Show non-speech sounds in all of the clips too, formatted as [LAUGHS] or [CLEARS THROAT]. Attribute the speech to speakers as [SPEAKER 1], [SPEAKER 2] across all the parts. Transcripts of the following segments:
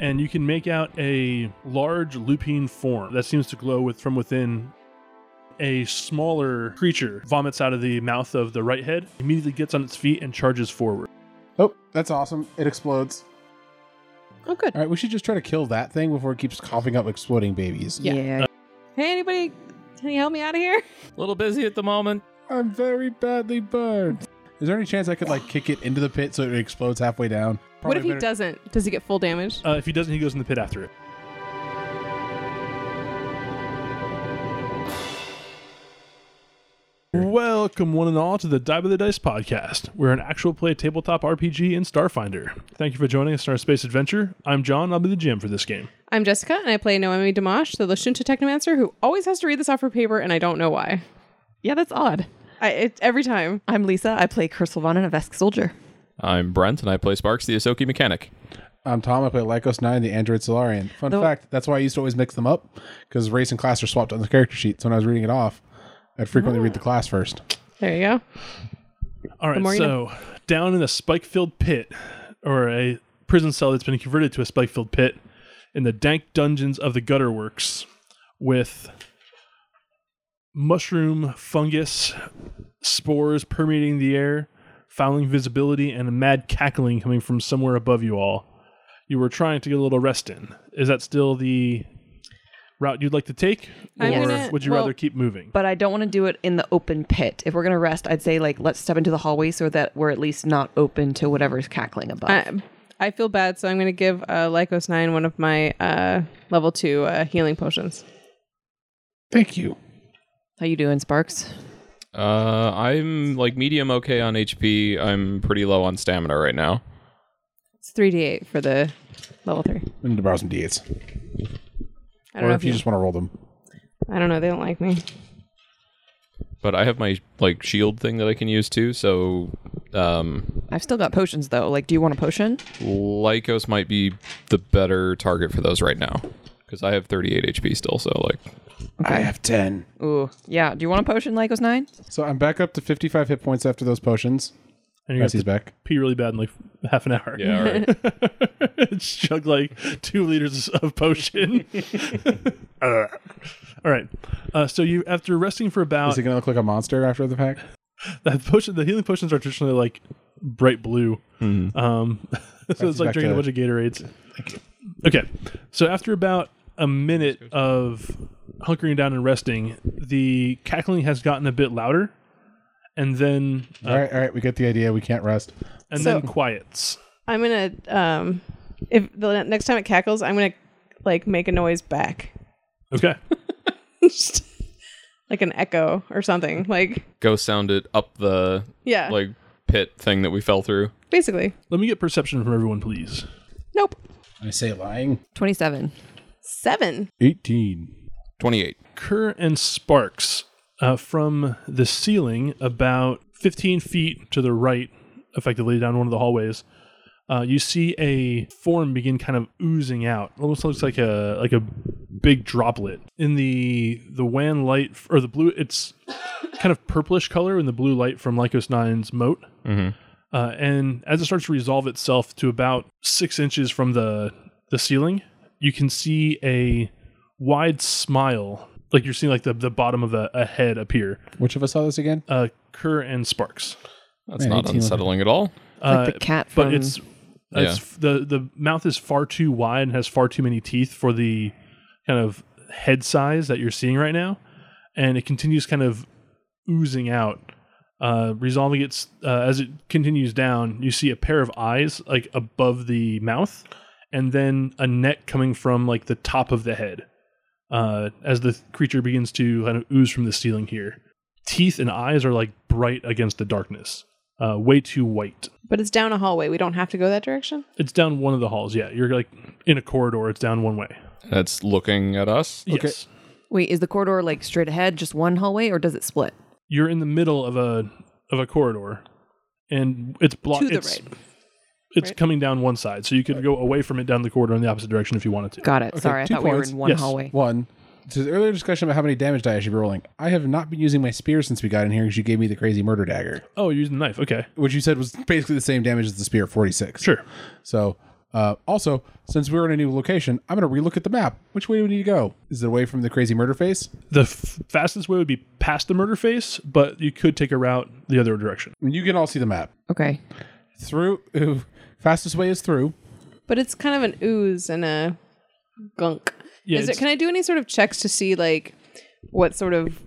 [SPEAKER 1] and you can make out a large lupine form that seems to glow with from within. A smaller creature vomits out of the mouth of the right head, immediately gets on its feet and charges forward.
[SPEAKER 2] Oh, that's awesome. It explodes.
[SPEAKER 3] Oh, good.
[SPEAKER 2] All right, we should just try to kill that thing before it keeps coughing up exploding babies.
[SPEAKER 3] Yeah. Hey, anybody, can you help me out of here?
[SPEAKER 4] A little busy at the moment.
[SPEAKER 2] I'm very badly burned. Is there any chance I could like kick it into the pit so it explodes halfway down?
[SPEAKER 3] what if he
[SPEAKER 2] better-
[SPEAKER 3] doesn't? Does he get full damage?
[SPEAKER 1] Uh, if he doesn't, he goes in the pit after it. Welcome, one and all, to the Dive of the Dice podcast. We're an actual play tabletop RPG in Starfinder. Thank you for joining us in our space adventure. I'm John. I'll be the GM for this game.
[SPEAKER 3] I'm Jessica, and I play Noemi Dimash, the Lashunta Technomancer, who always has to read this off her paper, and I don't know why.
[SPEAKER 5] Yeah, that's odd.
[SPEAKER 3] I, it, every time.
[SPEAKER 5] I'm Lisa. I play Kersilvan and a Vesk soldier.
[SPEAKER 4] I'm Brent, and I play Sparks, the Asoki mechanic.
[SPEAKER 2] I'm Tom. I play Lycos 9, the android Solarian. Fun
[SPEAKER 5] The-
[SPEAKER 2] fact, that's why I used to always mix them up because race and class are swapped on the character sheets. when I was reading it off, I'd frequently read the
[SPEAKER 3] Ah.
[SPEAKER 2] class first.
[SPEAKER 3] There you go.
[SPEAKER 1] All right,
[SPEAKER 3] more you
[SPEAKER 1] so down in a spike filled pit, or a prison cell that's been converted to a spike filled pit, in the dank dungeons of the gutter works, with mushroom fungus spores permeating the air, fouling visibility, and a mad cackling coming from somewhere above you all. You were trying to get a little rest in. Is that still the route you'd like to take? Or
[SPEAKER 3] I'm gonna-
[SPEAKER 1] would you
[SPEAKER 5] well,
[SPEAKER 1] rather keep moving?
[SPEAKER 5] But I don't want to do it in the open pit. If we're going to rest, I'd say, like, let's step into the hallway so that we're at least not open to whatever's cackling above.
[SPEAKER 3] I, I feel bad, so I'm going to give uh, Lycos 9 one of my uh, level 2 uh, healing potions.
[SPEAKER 2] Thank you.
[SPEAKER 5] How you doing, Sparks?
[SPEAKER 4] Uh, I'm like medium okay on HP. I'm pretty low on stamina right now.
[SPEAKER 3] It's 3d8 for the level 3.
[SPEAKER 2] I need to borrow some d8s.
[SPEAKER 3] I don't
[SPEAKER 2] Or
[SPEAKER 3] know
[SPEAKER 2] if you just want to roll them.
[SPEAKER 3] I don't know. They don't like me.
[SPEAKER 4] But I have my like shield thing that I can use too. So, um,
[SPEAKER 5] I've still got potions, though. Like, do you want a potion?
[SPEAKER 4] Lycos might be the better target for those right now because I have 38 HP still. So like,
[SPEAKER 2] I have 10.
[SPEAKER 5] Ooh. Yeah. Do you want a potion, Lycos 9?
[SPEAKER 2] So I'm back up to 55 hit points after those potions.
[SPEAKER 1] and you're gonna have
[SPEAKER 2] Yes,
[SPEAKER 1] to
[SPEAKER 2] he's back.
[SPEAKER 1] pee really bad in like half an hour.
[SPEAKER 4] yeah, all [LAUGHS] right.
[SPEAKER 1] It's [LAUGHS] chug like two liters of
[SPEAKER 2] [LAUGHS]
[SPEAKER 1] potion. [LAUGHS] Uh, all right. Uh, so you, after resting for
[SPEAKER 2] Is
[SPEAKER 1] about
[SPEAKER 2] he going to look like a monster after the pack?
[SPEAKER 1] that potion, the healing potions are traditionally like bright blue. Um, [LAUGHS] so it's like
[SPEAKER 2] Mm-hmm. back
[SPEAKER 1] drinking a
[SPEAKER 2] to-
[SPEAKER 1] bunch of Gatorades. Okay. So after about a minute of hunkering down and resting, the cackling has gotten a bit louder, and then uh,
[SPEAKER 2] all right, all right. We get the idea. We can't rest.
[SPEAKER 1] and
[SPEAKER 3] So-
[SPEAKER 1] then quiets.
[SPEAKER 3] I'm going to, um, if the next time it cackles, I'm going to like make a noise back.
[SPEAKER 2] [LAUGHS]
[SPEAKER 3] [LAUGHS]
[SPEAKER 1] Okay.
[SPEAKER 3] Just like an echo or something. Like,
[SPEAKER 4] Go sound it up the
[SPEAKER 3] yeah.
[SPEAKER 4] like pit thing that we fell through.
[SPEAKER 3] basically.
[SPEAKER 1] Let me get perception from everyone, please.
[SPEAKER 3] Nope.
[SPEAKER 2] I say lying.
[SPEAKER 5] 27.
[SPEAKER 3] Seven.
[SPEAKER 2] 18.
[SPEAKER 4] 28.
[SPEAKER 1] Kerr and Sparks uh, from the ceiling, about 15 feet to the right, effectively down one of the hallways. Uh, you see a form begin kind of oozing out. Almost looks like a like a big droplet in the the wan light or the blue. It's kind of purplish color in the blue light from Lycos 9's moat. Uh, and as it starts to resolve itself to about six inches from the the ceiling, you can see a wide smile, like you're seeing like the, the bottom of a, a head appear.
[SPEAKER 2] Which of us saw this again?
[SPEAKER 1] Uh, Kerr and Sparks,
[SPEAKER 4] That's
[SPEAKER 2] Man,
[SPEAKER 4] not
[SPEAKER 2] 18 was-
[SPEAKER 4] unsettling at all.
[SPEAKER 1] uh,
[SPEAKER 5] like the cat from.
[SPEAKER 1] but it's, it's the the mouth is far too wide and has far too many teeth for the kind of head size that you're seeing right now, and it continues kind of oozing out. Uh, resolving its uh, as it continues down, you see a pair of eyes like above the mouth, and then a neck coming from like the top of the head. Uh, as the creature begins to kind of ooze from the ceiling here, teeth and eyes are like bright against the darkness, uh, way too white.
[SPEAKER 3] But it's down a hallway. We don't have to go that direction.
[SPEAKER 1] It's down one of the halls. Yeah, you're like in a corridor. It's down one way.
[SPEAKER 4] That's looking at us.
[SPEAKER 1] Yes,
[SPEAKER 5] Wait, is the corridor, like, straight ahead, just one hallway, or does it split?
[SPEAKER 1] you're in the middle of a of a corridor, and it's blocked.
[SPEAKER 3] To the
[SPEAKER 1] it's,
[SPEAKER 3] right.
[SPEAKER 1] It's coming down one side, so you could go away from it down the corridor in the opposite direction if you wanted to.
[SPEAKER 5] Got it. Sorry, I
[SPEAKER 2] two
[SPEAKER 5] thought we were
[SPEAKER 2] points.
[SPEAKER 5] in one
[SPEAKER 1] Yes.
[SPEAKER 5] hallway.
[SPEAKER 2] One. To the earlier discussion about how many damage die I should be rolling, I have not been using my spear since we got in here because you gave me the crazy murder dagger,
[SPEAKER 1] Uh, Oh, you're using the knife. Okay,
[SPEAKER 2] which you said was basically the same damage as the spear, 46.
[SPEAKER 1] sure.
[SPEAKER 2] So Uh, also, since we're in a new location, I'm going to relook at the map. Which way do we need to go? Is it away from the crazy murder face?
[SPEAKER 1] The f- fastest way would be past the murder face, but you could take a route the other direction.
[SPEAKER 2] I mean, you can all see the map.
[SPEAKER 5] Okay.
[SPEAKER 2] Through, ooh, fastest way is through.
[SPEAKER 3] But it's kind of an ooze and a gunk.
[SPEAKER 1] Yeah,
[SPEAKER 3] Is it?
[SPEAKER 1] it's-
[SPEAKER 3] Can I do any sort of checks to see like what sort of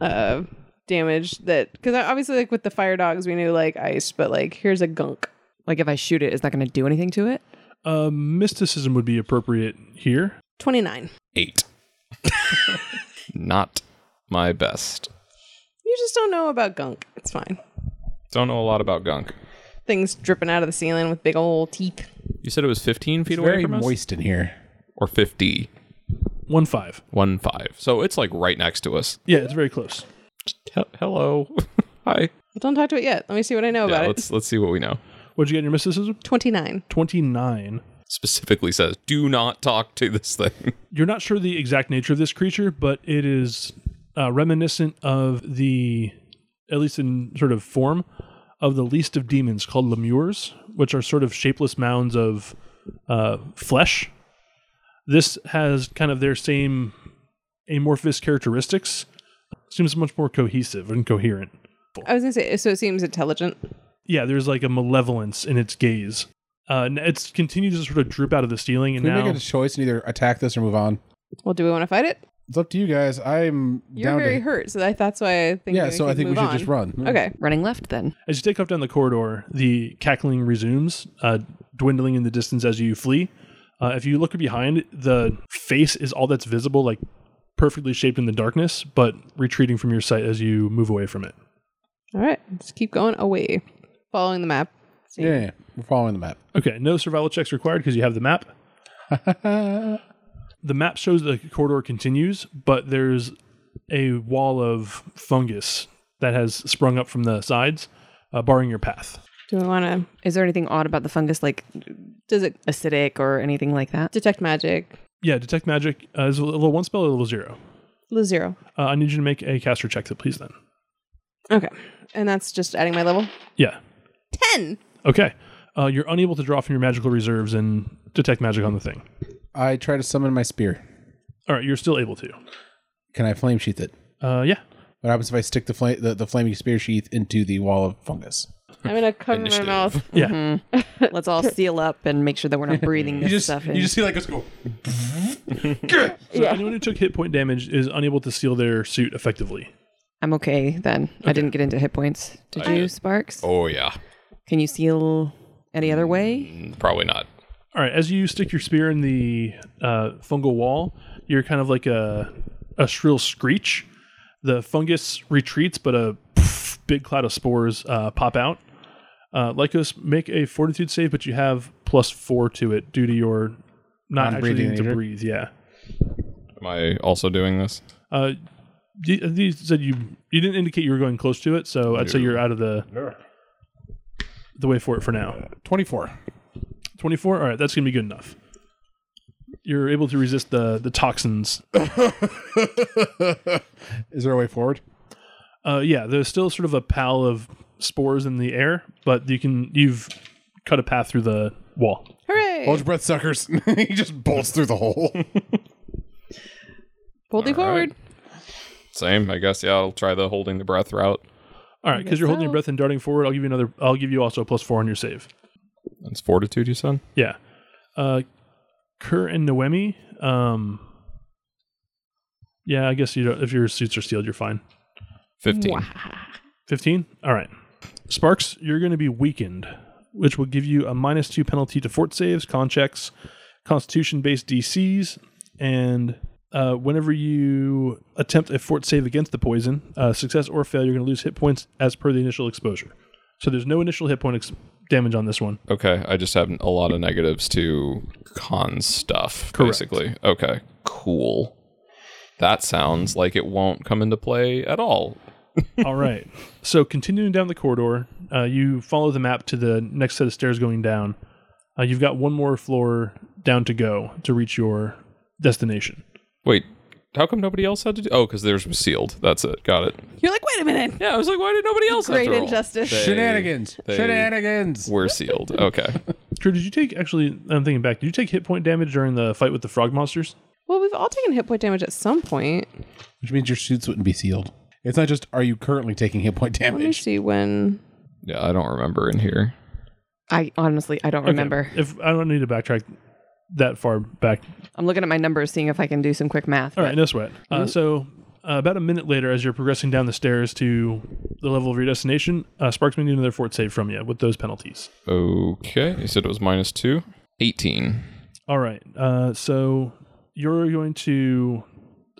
[SPEAKER 3] uh damage that? Because obviously, like with the fire dogs, we knew like ice, but like here's a gunk.
[SPEAKER 5] Like if I shoot it, is that going to do anything to it?
[SPEAKER 1] Uh, mysticism would be appropriate here.
[SPEAKER 3] Twenty nine.
[SPEAKER 4] Eight. [LAUGHS] Not my best.
[SPEAKER 3] You just don't know about gunk. It's fine.
[SPEAKER 4] Don't know a lot about gunk.
[SPEAKER 3] Things dripping out of the ceiling with big old teeth.
[SPEAKER 4] You said it was 15 feet
[SPEAKER 2] It's
[SPEAKER 4] away
[SPEAKER 2] very
[SPEAKER 4] from us?
[SPEAKER 2] moist in here.
[SPEAKER 4] Or 50.
[SPEAKER 1] One five.
[SPEAKER 4] One five. So it's like right next to us.
[SPEAKER 1] Yeah, it's very close.
[SPEAKER 4] He- hello. [LAUGHS] Hi.
[SPEAKER 3] Don't talk to it yet. Let me see what I know
[SPEAKER 4] Yeah,
[SPEAKER 3] about it.
[SPEAKER 4] let's let's see what we know.
[SPEAKER 1] What'd you get in your mysticism?
[SPEAKER 3] Twenty nine.
[SPEAKER 1] Twenty nine.
[SPEAKER 4] Specifically says, do not talk to this thing. [LAUGHS]
[SPEAKER 1] You're not sure the exact nature of this creature, but it is uh, reminiscent of the, at least in sort of form, of the least of demons called lemures, which are sort of shapeless mounds of uh, flesh. This has kind of their same amorphous characteristics. Seems much more cohesive and coherent.
[SPEAKER 3] I was gonna say. So it seems intelligent.
[SPEAKER 1] Yeah, there's like a malevolence in its gaze. Uh, and it's continued to sort of droop out of the ceiling, and
[SPEAKER 2] Can we
[SPEAKER 1] now
[SPEAKER 2] make a choice and either attack this or move on?
[SPEAKER 3] Well, do we want to fight it?
[SPEAKER 2] It's up to you guys. I'm
[SPEAKER 3] You're
[SPEAKER 2] down
[SPEAKER 3] very
[SPEAKER 2] to.
[SPEAKER 3] hurt, so I, that's why I think.
[SPEAKER 2] Yeah,
[SPEAKER 3] we
[SPEAKER 2] so I
[SPEAKER 3] could
[SPEAKER 2] think we
[SPEAKER 3] move
[SPEAKER 2] should just
[SPEAKER 3] on.
[SPEAKER 2] run.
[SPEAKER 3] Okay.
[SPEAKER 5] Running left then.
[SPEAKER 1] As you take off down the corridor, the cackling resumes, uh, dwindling in the distance as you flee. Uh, if you look behind, the face is all that's visible, like perfectly shaped in the darkness, but retreating from your sight as you move away from it.
[SPEAKER 3] All right, just keep going away, following the map. See.
[SPEAKER 2] Yeah, yeah, yeah. we're following the map.
[SPEAKER 1] Okay, no survival checks required because you have the map. the map shows the corridor continues, but there's a wall of fungus that has sprung up from the sides, uh, barring your path.
[SPEAKER 3] Do we want to?
[SPEAKER 5] Is there anything odd about the fungus, like
[SPEAKER 3] Does it
[SPEAKER 5] acidic or anything like
[SPEAKER 3] [LAUGHS]
[SPEAKER 5] that?
[SPEAKER 3] detect magic?
[SPEAKER 1] Yeah, detect magic uh, is a level one spell at level zero.
[SPEAKER 3] Lose zero.
[SPEAKER 1] Uh, I need you to make a caster check, to please. Then,
[SPEAKER 3] Okay, and that's just adding my level
[SPEAKER 1] yeah,
[SPEAKER 3] ten.
[SPEAKER 1] okay. Uh, you're unable to draw from your magical reserves and detect magic on the thing.
[SPEAKER 2] I try to summon my spear.
[SPEAKER 1] All right, you're still able to.
[SPEAKER 2] Can I flame sheath it?
[SPEAKER 1] Uh, yeah,
[SPEAKER 2] What happens if I stick the, fla- the the flaming spear sheath into the wall of fungus? [LAUGHS]
[SPEAKER 3] I'm gonna cover my
[SPEAKER 4] Initiative.
[SPEAKER 3] mouth. [LAUGHS]
[SPEAKER 1] yeah.
[SPEAKER 5] Let's all seal up and make sure that we're not breathing this
[SPEAKER 2] You just
[SPEAKER 5] stuff in.
[SPEAKER 2] you just see like us go.
[SPEAKER 1] [LAUGHS] So anyone who took hit point damage is unable to seal their suit effectively.
[SPEAKER 5] I'm okay then. I didn't get into hit points. Did
[SPEAKER 4] I
[SPEAKER 5] you,
[SPEAKER 4] did.
[SPEAKER 5] Sparks?
[SPEAKER 4] Oh yeah.
[SPEAKER 5] Can you seal any other way?
[SPEAKER 4] Probably not.
[SPEAKER 1] All right, as you stick your spear in the uh, fungal wall, you're kind of like a a shrill screech. The fungus retreats, but a [LAUGHS] poof, big cloud of spores uh, pop out. Uh, Lycos, make a fortitude save, but you have plus four to it due to your not actually
[SPEAKER 2] Non-breathing
[SPEAKER 1] needing to
[SPEAKER 2] nature?
[SPEAKER 1] breathe. Yeah,
[SPEAKER 4] Am I also doing this?
[SPEAKER 1] uh, you, you said you you didn't indicate you were going close to it, so I'd say you're out of the the way for it for now.
[SPEAKER 2] Twenty four.
[SPEAKER 1] 24 all right that's gonna be good enough you're able to resist the the toxins
[SPEAKER 2] Is there a way forward?
[SPEAKER 1] uh yeah there's still sort of a pall of spores in the air but you can you've cut a path through the wall
[SPEAKER 3] Hooray!
[SPEAKER 2] Hold your breath, suckers. [LAUGHS] he just bolts through the hole.
[SPEAKER 3] Boldly
[SPEAKER 4] All right.
[SPEAKER 3] forward.
[SPEAKER 4] Same, I guess. Yeah, I'll try the holding the breath route.
[SPEAKER 1] all right because you're holding your breath and darting forward i'll give you another i'll give you also a plus four on your save
[SPEAKER 4] That's fortitude, you said?
[SPEAKER 1] yeah uh kerr and noemi um yeah i guess you don't if your suits are sealed you're fine
[SPEAKER 4] 15.
[SPEAKER 1] 15 all right sparks you're going to be weakened which will give you a minus two penalty to fort saves con checks constitution based dcs and uh, whenever you attempt a fort save against the poison uh, success or fail you're going to lose hit points as per the initial exposure so there's no initial hit point ex- damage on this one
[SPEAKER 4] Okay, I just have a lot of negatives to con stuff, basically. Okay, cool. That sounds like it won't come into play at all.
[SPEAKER 1] all right so continuing down the corridor uh, you follow the map to the next set of stairs going down uh, you've got one more floor down to go to reach your destination
[SPEAKER 4] Wait, how come nobody else had to do? Oh, because theirs was sealed. That's it. Got it.
[SPEAKER 3] You're like, wait a minute.
[SPEAKER 4] Yeah, I was like, why did nobody else?
[SPEAKER 3] Great
[SPEAKER 4] after all?
[SPEAKER 3] injustice.
[SPEAKER 4] They-
[SPEAKER 2] [LAUGHS] Shenanigans.
[SPEAKER 4] they
[SPEAKER 2] Shenanigans.
[SPEAKER 4] [LAUGHS] We're sealed. Okay.
[SPEAKER 1] Drew, did you take actually? I'm thinking back. Did you take hit point damage during the fight with the frog monsters?
[SPEAKER 3] Well, we've all taken hit point damage at some point.
[SPEAKER 2] which means your suits wouldn't be sealed. It's not just are you currently taking hit point
[SPEAKER 3] Let me
[SPEAKER 2] damage.
[SPEAKER 3] see when.
[SPEAKER 4] Yeah, I don't remember in here.
[SPEAKER 5] I honestly, I don't
[SPEAKER 1] Okay.
[SPEAKER 5] remember.
[SPEAKER 1] If I don't need to backtrack that far back.
[SPEAKER 5] I'm looking at my numbers, seeing if I can do some quick math.
[SPEAKER 1] All right, no sweat. Uh, so uh, about a minute later, as you're progressing down the stairs to the level of your destination, uh, Sparks may need another fort save from you with those penalties.
[SPEAKER 4] Okay, you said it was minus two. 18.
[SPEAKER 1] All right. Uh, so you're going to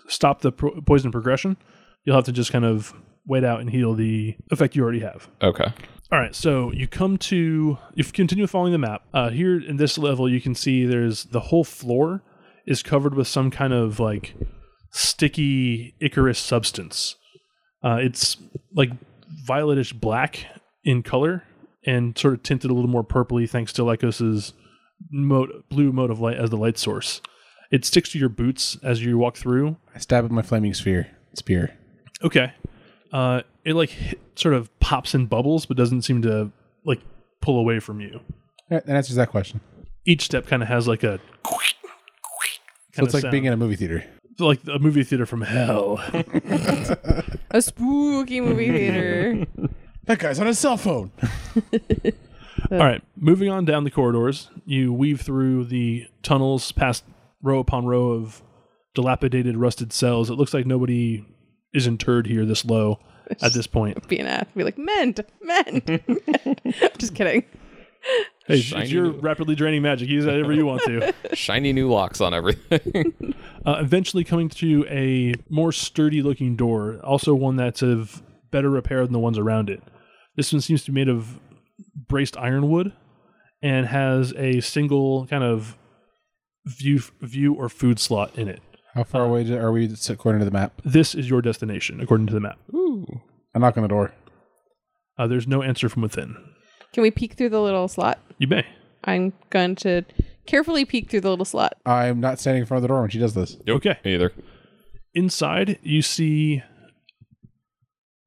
[SPEAKER 1] stop the pro- poison progression. You'll have to just kind of wait out and heal the effect you already have.
[SPEAKER 4] Okay.
[SPEAKER 1] All right, so you come to you continue following the map. Uh, here in this level, you can see there's the whole floor is covered with some kind of like sticky Icarus substance. Uh, it's like violetish black in color and sort of tinted a little more purpley thanks to Lycos's mode, blue mode of light as the light source. It sticks to your boots as you walk through,
[SPEAKER 2] I stab at my flaming sphere spear.
[SPEAKER 1] Okay. Uh, it like hit, sort of pops and bubbles, but doesn't seem to like pull away from you.
[SPEAKER 2] All right, that answers that question.
[SPEAKER 1] Each step kind of has like a.
[SPEAKER 2] So it's like being in a movie theater.
[SPEAKER 1] like a movie theater from hell.
[SPEAKER 3] A spooky
[SPEAKER 2] [LAUGHS]
[SPEAKER 3] movie theater.
[SPEAKER 2] That guy's on his cell phone.
[SPEAKER 1] All right, moving on down the corridors, you weave through the tunnels, past row upon row of dilapidated, rusted cells. It looks like nobody is interred here this low at this point.
[SPEAKER 3] Be an ass. Be like, meant, meant.
[SPEAKER 2] [LAUGHS]
[SPEAKER 3] [LAUGHS] Just kidding.
[SPEAKER 1] Hey,
[SPEAKER 4] Shiny
[SPEAKER 1] you're
[SPEAKER 4] new-
[SPEAKER 1] rapidly draining magic. Use that ever you want to.
[SPEAKER 4] Shiny new locks on [LAUGHS] everything.
[SPEAKER 1] uh, eventually coming to a more sturdy looking door, also one that's of better repair than the ones around it. This one seems to be made of braced ironwood and has a single kind of view view or food slot in it.
[SPEAKER 2] How far away are we according to the map?
[SPEAKER 1] This is your destination according to the map.
[SPEAKER 4] Ooh.
[SPEAKER 2] I knock on the door.
[SPEAKER 1] Uh, there's no answer from within.
[SPEAKER 3] Can we peek through the little slot?
[SPEAKER 1] You may.
[SPEAKER 3] I'm going to carefully peek through the little slot.
[SPEAKER 2] I'm not standing in front of the door when she does this.
[SPEAKER 1] Okay.
[SPEAKER 4] Either.
[SPEAKER 1] inside you see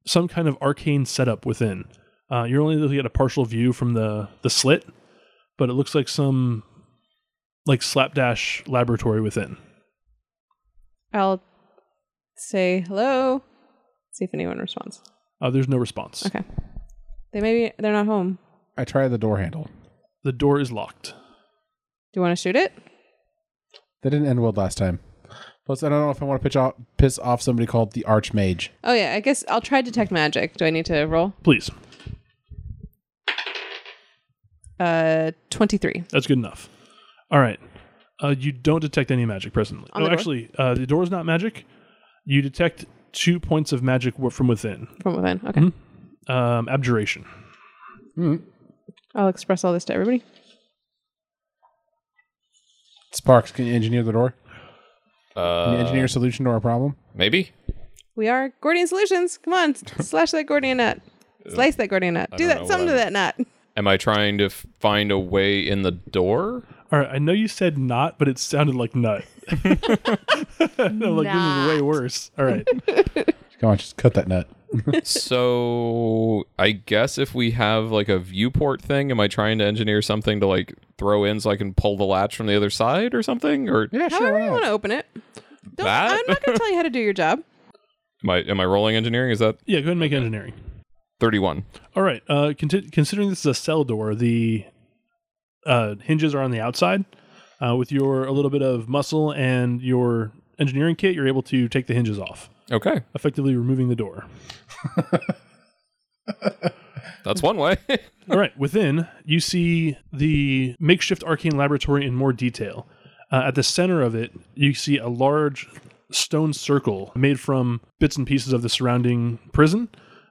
[SPEAKER 1] some kind of arcane setup within uh, you're only able to get a partial view from the the slit but it looks like some like slapdash laboratory within
[SPEAKER 3] I'll say hello. See if anyone responds.
[SPEAKER 1] uh, there's no response
[SPEAKER 3] Okay. They may be, they're not home.
[SPEAKER 2] I try the door handle.
[SPEAKER 1] the door is locked
[SPEAKER 3] Do you want to shoot it?
[SPEAKER 2] That didn't end well last time. Plus, I don't know if I want to pitch off, piss off somebody called the Archmage.
[SPEAKER 3] Oh yeah, I guess I'll try detect magic. Do I need to roll?
[SPEAKER 1] please
[SPEAKER 3] Uh, twenty-three.
[SPEAKER 1] that's good enough all right uh, you don't detect any magic presently
[SPEAKER 3] On
[SPEAKER 1] no
[SPEAKER 3] the door?
[SPEAKER 1] actually uh, the door is not magic you detect two points of magic w- from within
[SPEAKER 3] from within. Okay.
[SPEAKER 1] um, abjuration
[SPEAKER 4] Mm-hmm.
[SPEAKER 3] I'll express all this to everybody.
[SPEAKER 2] Sparks, can you engineer the door? Can you
[SPEAKER 4] Uh,
[SPEAKER 2] engineer a solution to our problem?
[SPEAKER 4] maybe?
[SPEAKER 3] We are Gordian Solutions. Come on,
[SPEAKER 4] [LAUGHS]
[SPEAKER 3] slash that Gordian nut. Slice that Gordian nut. Do
[SPEAKER 4] don't
[SPEAKER 3] that.
[SPEAKER 4] know
[SPEAKER 3] Something to
[SPEAKER 4] what
[SPEAKER 3] that
[SPEAKER 4] [LAUGHS]
[SPEAKER 3] nut.
[SPEAKER 4] Am I trying to f- find a way in the door?
[SPEAKER 1] All right, I know you said not, but it sounded like nut. [LAUGHS] no, like this is way worse. All right,
[SPEAKER 2] Come on, just cut that nut.
[SPEAKER 4] so I guess if we have like a viewport thing, am I trying to engineer something to like throw in so I can pull the latch from the other side or something? Or
[SPEAKER 2] Yeah, sure.
[SPEAKER 3] However
[SPEAKER 2] why
[SPEAKER 3] you
[SPEAKER 2] not?
[SPEAKER 3] want to open it. Don't,
[SPEAKER 4] That?
[SPEAKER 3] I'm not going to tell you how to do your
[SPEAKER 4] [LAUGHS]
[SPEAKER 3] job.
[SPEAKER 4] am I am I rolling engineering? Is that
[SPEAKER 1] yeah, go ahead and make engineering.
[SPEAKER 4] thirty one?
[SPEAKER 1] All right, uh, conti- considering this is a cell door, the uh, hinges are on the outside. Uh, with your a little bit of muscle and your engineering kit, you're able to take the hinges off,
[SPEAKER 4] Okay,
[SPEAKER 1] effectively removing the door.
[SPEAKER 4] that's one way. [LAUGHS]
[SPEAKER 1] All right, within you see the makeshift arcane laboratory in more detail. Uh, at the center of it, you see a large stone circle made from bits and pieces of the surrounding prison,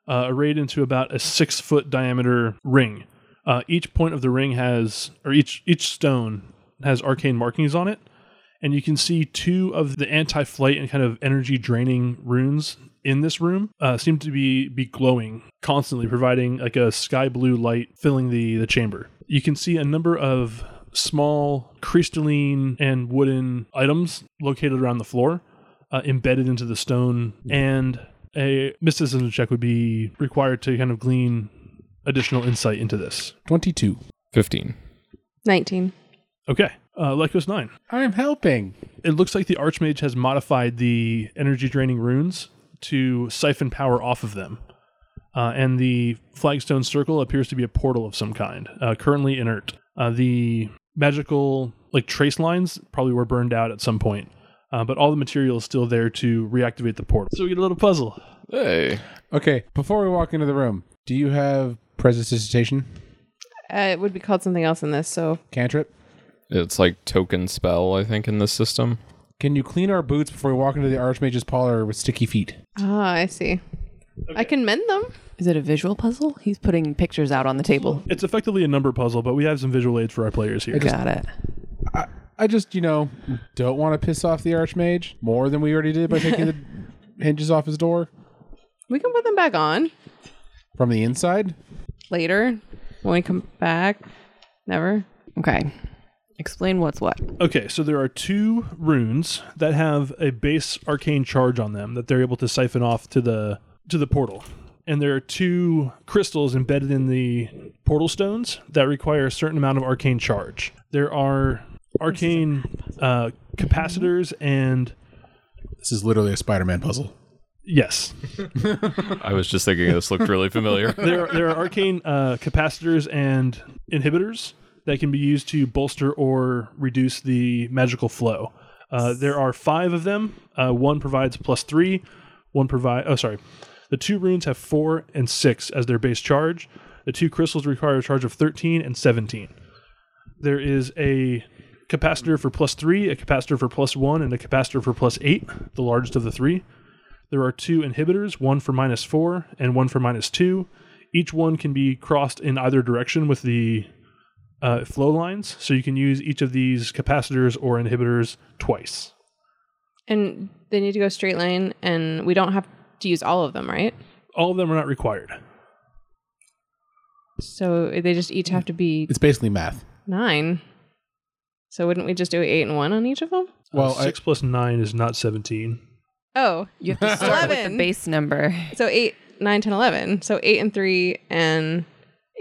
[SPEAKER 1] uh, arrayed into about a six foot diameter ring. Uh, each point of the ring has, or each each stone has arcane markings on it, and you can see two of the anti-flight and kind of energy draining runes in this room uh, seem to be be glowing constantly providing like a sky blue light filling the the chamber you can see a number of small crystalline and wooden items located around the floor uh, embedded into the stone and a mysticism check would be required to kind of glean additional insight into this
[SPEAKER 2] 22.
[SPEAKER 4] Fifteen.
[SPEAKER 3] 19.
[SPEAKER 1] Okay. Uh, Lycos 9.
[SPEAKER 2] I'm helping.
[SPEAKER 1] It looks like the Archmage has modified the energy draining runes to siphon power off of them. Uh, and the flagstone circle appears to be a portal of some kind, uh, currently inert. Uh, the magical like trace lines probably were burned out at some point, uh, but all the material is still there to reactivate the portal. So we get a little puzzle.
[SPEAKER 4] Hey,
[SPEAKER 2] Okay, before we walk into the room, do you have prestidigitation
[SPEAKER 3] Uh, it would be called something else in this, so
[SPEAKER 2] cantrip?
[SPEAKER 4] it's like token spell, I think, in this system.
[SPEAKER 2] Can you clean our boots before we walk into the Archmage's parlor with sticky feet?
[SPEAKER 3] ah, I see. I can mend them.
[SPEAKER 5] Is it a visual puzzle? He's putting pictures out on the table.
[SPEAKER 1] It's effectively a number puzzle, but we have some visual aids for our players here.
[SPEAKER 5] Got it.
[SPEAKER 2] I, I just, you know, don't want to piss off the Archmage more than we already did by taking the hinges off his door
[SPEAKER 3] We can put them back on
[SPEAKER 2] from the inside.
[SPEAKER 3] later when we come back. Never.
[SPEAKER 5] Okay. Explain what's what.
[SPEAKER 1] Okay, so there are two runes that have a base arcane charge on them that they're able to siphon off to the to the portal. And there are two crystals embedded in the portal stones that require a certain amount of arcane charge. There are arcane uh, capacitors and
[SPEAKER 2] This is literally a Spider-Man puzzle.
[SPEAKER 1] yes,
[SPEAKER 4] I was just thinking this looked really familiar.
[SPEAKER 1] there are, there are arcane uh, capacitors and inhibitors that can be used to bolster or reduce the magical flow. Uh, there are five of them. Uh, one provides plus three. One provide. Oh, sorry. The two runes have four and six as their base charge. The two crystals require a charge of thirteen and seventeen. There is a capacitor for plus three, a capacitor for plus one, and a capacitor for plus eight. The largest of the three. There are two inhibitors, one for minus four and one for minus two. Each one can be crossed in either direction with the uh, flow lines, so you can use each of these capacitors or inhibitors twice.
[SPEAKER 3] And they need to go straight line, and we don't have to use all of them, right?
[SPEAKER 1] All of them are not required. Uh,
[SPEAKER 3] So they just each have to be
[SPEAKER 2] It's basically math.
[SPEAKER 3] nine. So wouldn't we just do eight and one on each of them?
[SPEAKER 2] Well,
[SPEAKER 1] uh, six plus nine is not seventeen.
[SPEAKER 3] Oh,
[SPEAKER 5] You
[SPEAKER 2] [LAUGHS]
[SPEAKER 5] have to start with the
[SPEAKER 3] 11.
[SPEAKER 5] base number.
[SPEAKER 3] so eight, nine, ten, eleven. So eight and three and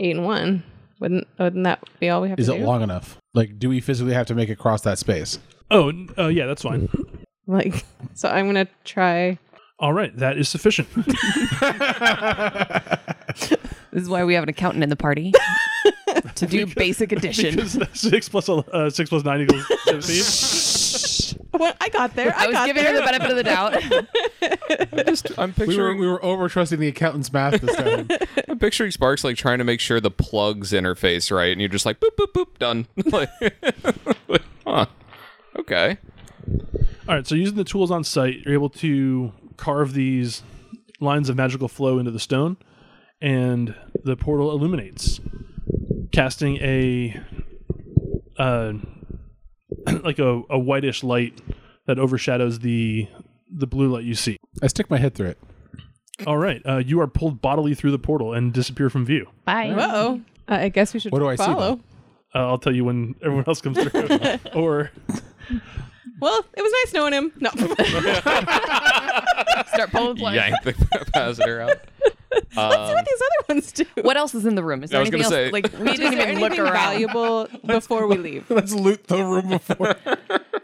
[SPEAKER 3] eight and one. Wouldn't wouldn't that be all we have
[SPEAKER 2] I, is
[SPEAKER 3] to
[SPEAKER 2] it
[SPEAKER 3] do?
[SPEAKER 2] long enough? Like, do we physically have to make it cross that space?
[SPEAKER 1] Oh, n- uh, yeah, that's fine.
[SPEAKER 3] Like, so I'm gonna try.
[SPEAKER 1] All right, that is sufficient.
[SPEAKER 5] This is why we have an accountant in the party to do basic
[SPEAKER 1] [LAUGHS]
[SPEAKER 5] addition.
[SPEAKER 1] Because six plus el- uh, six plus nine equals seventeen.
[SPEAKER 3] Well, I got there.
[SPEAKER 5] I was giving her the benefit of the doubt.
[SPEAKER 4] [LAUGHS] I'm, just, [LAUGHS] I'm
[SPEAKER 2] We were
[SPEAKER 4] picturing
[SPEAKER 2] we were over trusting the accountant's math this [LAUGHS] time.
[SPEAKER 4] I'm picturing Sparks like trying to make sure the plugs interface right, and you're just like boop boop boop done. [LAUGHS] like, huh. Okay.
[SPEAKER 1] All right, so using the tools on site, you're able to carve these lines of magical flow into the stone, and the portal illuminates, casting a uh, [CLEARS THROAT] like a, a whitish light that overshadows the the blue light you see.
[SPEAKER 2] I stick my head through it.
[SPEAKER 1] All right, uh, you are pulled bodily through the portal and disappear from view.
[SPEAKER 5] Bye.
[SPEAKER 3] Oh, I guess we should
[SPEAKER 2] What do I see,
[SPEAKER 3] follow.
[SPEAKER 2] though?
[SPEAKER 1] Uh, I'll tell you when [LAUGHS] everyone else comes through, or
[SPEAKER 3] well, it was nice knowing him. [LAUGHS] No,
[SPEAKER 5] Start pulling plug.
[SPEAKER 4] Yank the [LAUGHS] capacitor out. Um,
[SPEAKER 3] these other ones do.
[SPEAKER 5] What else is in the room? Is there
[SPEAKER 4] I was
[SPEAKER 5] anything else?
[SPEAKER 4] gonna say-
[SPEAKER 5] like we
[SPEAKER 3] Is
[SPEAKER 5] didn't
[SPEAKER 3] there
[SPEAKER 5] even look
[SPEAKER 3] anything [LAUGHS]
[SPEAKER 5] around.
[SPEAKER 3] valuable before we
[SPEAKER 2] [LAUGHS]
[SPEAKER 3] leave?
[SPEAKER 2] Let's loot the room before.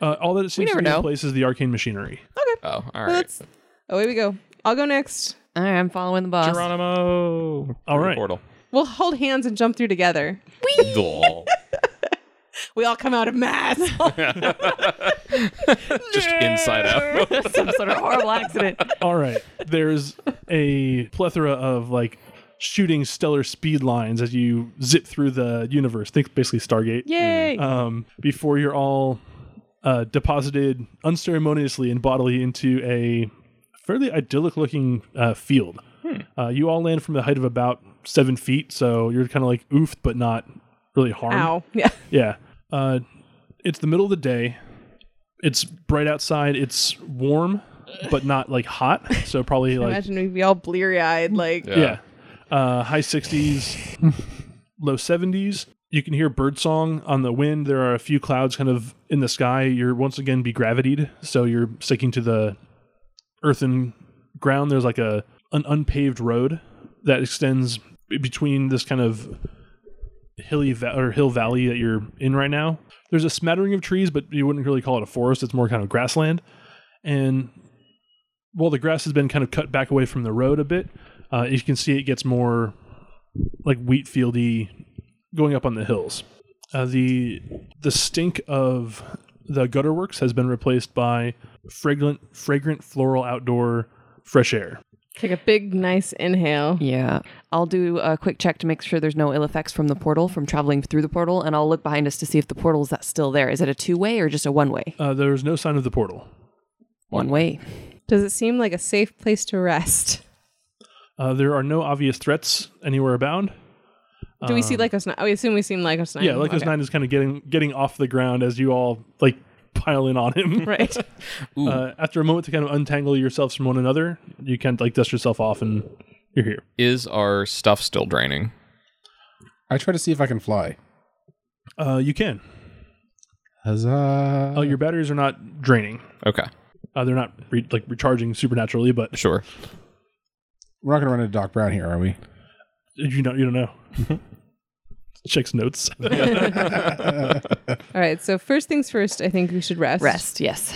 [SPEAKER 1] uh, all that it seems to
[SPEAKER 5] never
[SPEAKER 1] be in
[SPEAKER 5] know.
[SPEAKER 1] place is the arcane machinery.
[SPEAKER 4] oh, all right.
[SPEAKER 3] Let's. Oh, here we go. I'll go next.
[SPEAKER 5] All right, I'm following the boss.
[SPEAKER 4] Geronimo.
[SPEAKER 1] All right.
[SPEAKER 2] [LAUGHS]
[SPEAKER 4] Portal.
[SPEAKER 3] We'll hold hands and jump through together.
[SPEAKER 4] Duh.
[SPEAKER 3] We all come out of [LAUGHS] mass.
[SPEAKER 4] just inside out.
[SPEAKER 5] Some sort of horrible accident.
[SPEAKER 1] All right. There's a plethora of like shooting stellar speed lines as you zip through the universe. Think basically Stargate.
[SPEAKER 5] Yay!
[SPEAKER 1] Um, before you're all uh, deposited unceremoniously and bodily into a fairly idyllic looking uh, field. Uh, you all land from the height of about seven feet, so you're kind of like oofed, but not really harmed.
[SPEAKER 3] Ow. Yeah.
[SPEAKER 1] Yeah. Uh, it's the middle of the day. It's bright outside. It's warm, but not like hot. So probably [LAUGHS] like
[SPEAKER 3] Imagine we'd be all bleary eyed. Like,
[SPEAKER 4] Yeah.
[SPEAKER 1] yeah, Uh, high sixties, low seventies. You can hear birdsong on the wind. There are a few clouds kind of in the sky. You're once again be gravitied, so you're sticking to the earthen ground. There's like a an unpaved road that extends b- between this kind of hilly va- or hill valley that you're in right now, there's a smattering of trees, but you wouldn't really call it a forest. It's more kind of grassland. And while the grass has been kind of cut back away from the road a bit, uh, you can see it gets more like wheat fieldy going up on the hills. Uh, the the stink of the gutter works has been replaced by fragrant fragrant floral outdoor fresh air.
[SPEAKER 3] Take a big, nice inhale.
[SPEAKER 5] [LAUGHS] Yeah. I'll do a quick check to make sure there's no ill effects from the portal, from traveling through the portal, and I'll look behind us to see if the portal is that still there. Is it a two way or just a one way?
[SPEAKER 1] Uh, there's no sign of the portal.
[SPEAKER 5] One way.
[SPEAKER 3] Does it seem like a safe place to rest?
[SPEAKER 1] Uh, there are no obvious threats anywhere abound.
[SPEAKER 3] Do we see like us? We assume we seem like us.
[SPEAKER 1] Um, Yeah, Lycos Nine is kind of getting getting off the ground as you all like pile in on him.
[SPEAKER 3] Right. [LAUGHS]
[SPEAKER 1] Uh, after a moment to kind of untangle yourselves from one another, you can like dust yourself off and you're here.
[SPEAKER 4] Is our stuff still draining?
[SPEAKER 2] I try to see if I can fly.
[SPEAKER 1] Uh, you can.
[SPEAKER 2] Huzzah!
[SPEAKER 1] Oh, your batteries are not draining.
[SPEAKER 4] Okay,
[SPEAKER 1] Uh, they're not re- like recharging supernaturally, but [LAUGHS]
[SPEAKER 4] sure.
[SPEAKER 2] We're not going to run into Doc Brown here, are we?
[SPEAKER 1] you know you don't know. [LAUGHS] Checks [LAUGHS] notes.
[SPEAKER 3] All right. So first things first, I think we should rest.
[SPEAKER 5] Rest, yes.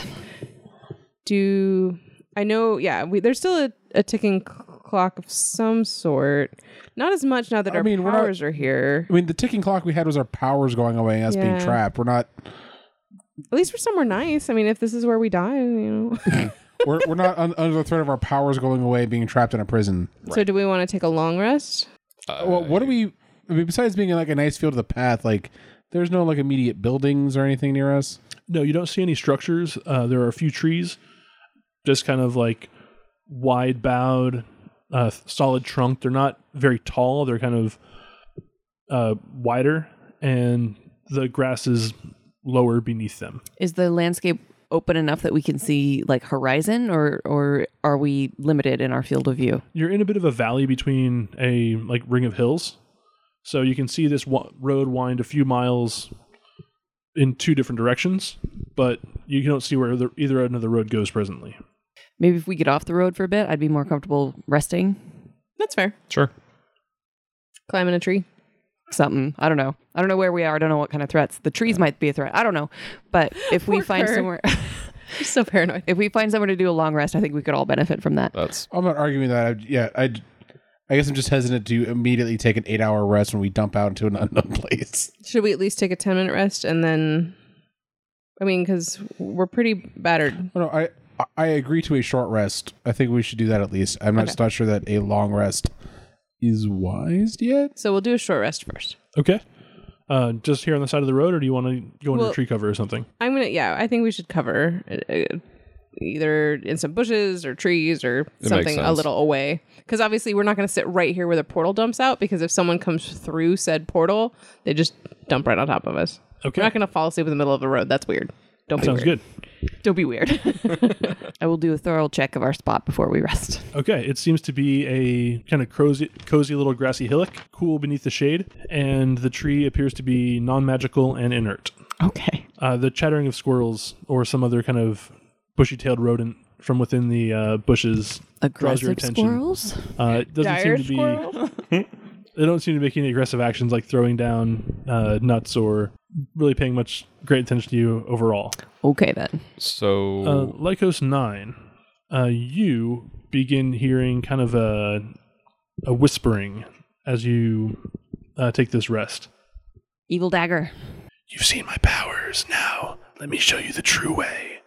[SPEAKER 3] Do I know? Yeah. We, there's still a, a ticking c- clock of some sort. Not as much now that
[SPEAKER 2] I
[SPEAKER 3] our
[SPEAKER 2] mean, we're not-
[SPEAKER 3] powers are here.
[SPEAKER 2] I mean, the ticking clock we had was our powers going away and us being
[SPEAKER 3] Yeah.
[SPEAKER 2] trapped. We're not.
[SPEAKER 3] At least we're somewhere nice. I mean, if this is where we die, you know. [LAUGHS]
[SPEAKER 2] We're, we're not un- under the threat of our powers going away, and being trapped in a prison.
[SPEAKER 3] So do we want to take a long rest?
[SPEAKER 2] Uh, well, what do we? I mean, besides being in like a nice field of the path, like there's no like immediate buildings or anything near us.
[SPEAKER 1] No, you don't see any structures. Uh, there are a few trees, just kind of like wide bowed, uh, solid trunk. They're not very tall. They're kind of uh, wider, and the grass is lower beneath them.
[SPEAKER 5] Is the landscape open enough that we can see like horizon or or are we limited in our field of view?
[SPEAKER 1] You're in a bit of a valley between a like ring of hills, so you can see this wa- road wind a few miles in two different directions, but you don't see where the, either end of the road goes presently.
[SPEAKER 5] Maybe if we get off the road for a bit, I'd be more comfortable resting.
[SPEAKER 3] That's fair.
[SPEAKER 4] Sure.
[SPEAKER 3] Climbing a tree. [LAUGHS]
[SPEAKER 5] Something. I don't know. I don't know where we are. I don't know what kind of threats. The trees might be a threat. I don't know.
[SPEAKER 1] [LAUGHS]
[SPEAKER 5] But if we
[SPEAKER 3] Poor
[SPEAKER 5] find
[SPEAKER 3] Kurt.
[SPEAKER 5] somewhere
[SPEAKER 3] I'm so paranoid.
[SPEAKER 5] if we find somewhere to do a long rest, I think we could all benefit from that.
[SPEAKER 4] That's
[SPEAKER 2] I'm not arguing that. I, yeah, I. I guess I'm just hesitant to immediately take an eight hour rest when we dump out into an [LAUGHS] unknown place.
[SPEAKER 3] Should we at least take a 10 minute rest and then. I mean, because we're pretty battered.
[SPEAKER 2] Oh, no, I I agree to a short rest. I think we should do that at least. I'm not, just not sure that a long rest is wise yet.
[SPEAKER 3] So we'll do a short rest first.
[SPEAKER 1] Okay. Uh, just here on the side of the road, or do you want to go under
[SPEAKER 3] Well-
[SPEAKER 1] a tree cover or something?
[SPEAKER 3] I'm going to. Yeah, I think we should cover uh, either in some bushes or trees or
[SPEAKER 4] makes
[SPEAKER 3] something a
[SPEAKER 4] sense.
[SPEAKER 3] little away. Because obviously, we're not going to sit right here where the portal dumps out because if someone comes through said portal, they just dump right on top of us.
[SPEAKER 1] Okay.
[SPEAKER 3] We're not going to fall asleep in the middle of the road. That's weird. Don't be
[SPEAKER 1] Sounds
[SPEAKER 3] weird.
[SPEAKER 1] good.
[SPEAKER 5] Don't
[SPEAKER 1] [LAUGHS]
[SPEAKER 5] be weird. I will do a thorough check of our spot before we rest.
[SPEAKER 1] Okay. It seems to be a kind of cozy, cozy little grassy hillock, cool beneath the shade, and the tree appears to be non magical and inert.
[SPEAKER 5] Okay.
[SPEAKER 1] Uh, the chattering of squirrels or some other kind of bushy tailed rodent from within the uh, bushes draws your
[SPEAKER 5] Aggressive
[SPEAKER 1] attention.
[SPEAKER 5] squirrels?
[SPEAKER 1] Uh, it doesn't seem
[SPEAKER 3] Dire
[SPEAKER 1] to be.
[SPEAKER 3] squirrel?
[SPEAKER 1] They don't seem to make any aggressive actions like throwing down uh, nuts or really paying much great attention to you overall.
[SPEAKER 5] Okay then.
[SPEAKER 4] so.
[SPEAKER 1] Uh, Lycos nine, uh, you begin hearing kind of a a whispering as you uh, take this rest.
[SPEAKER 5] Evil dagger.
[SPEAKER 1] You've seen my powers. Now let me show you the true way.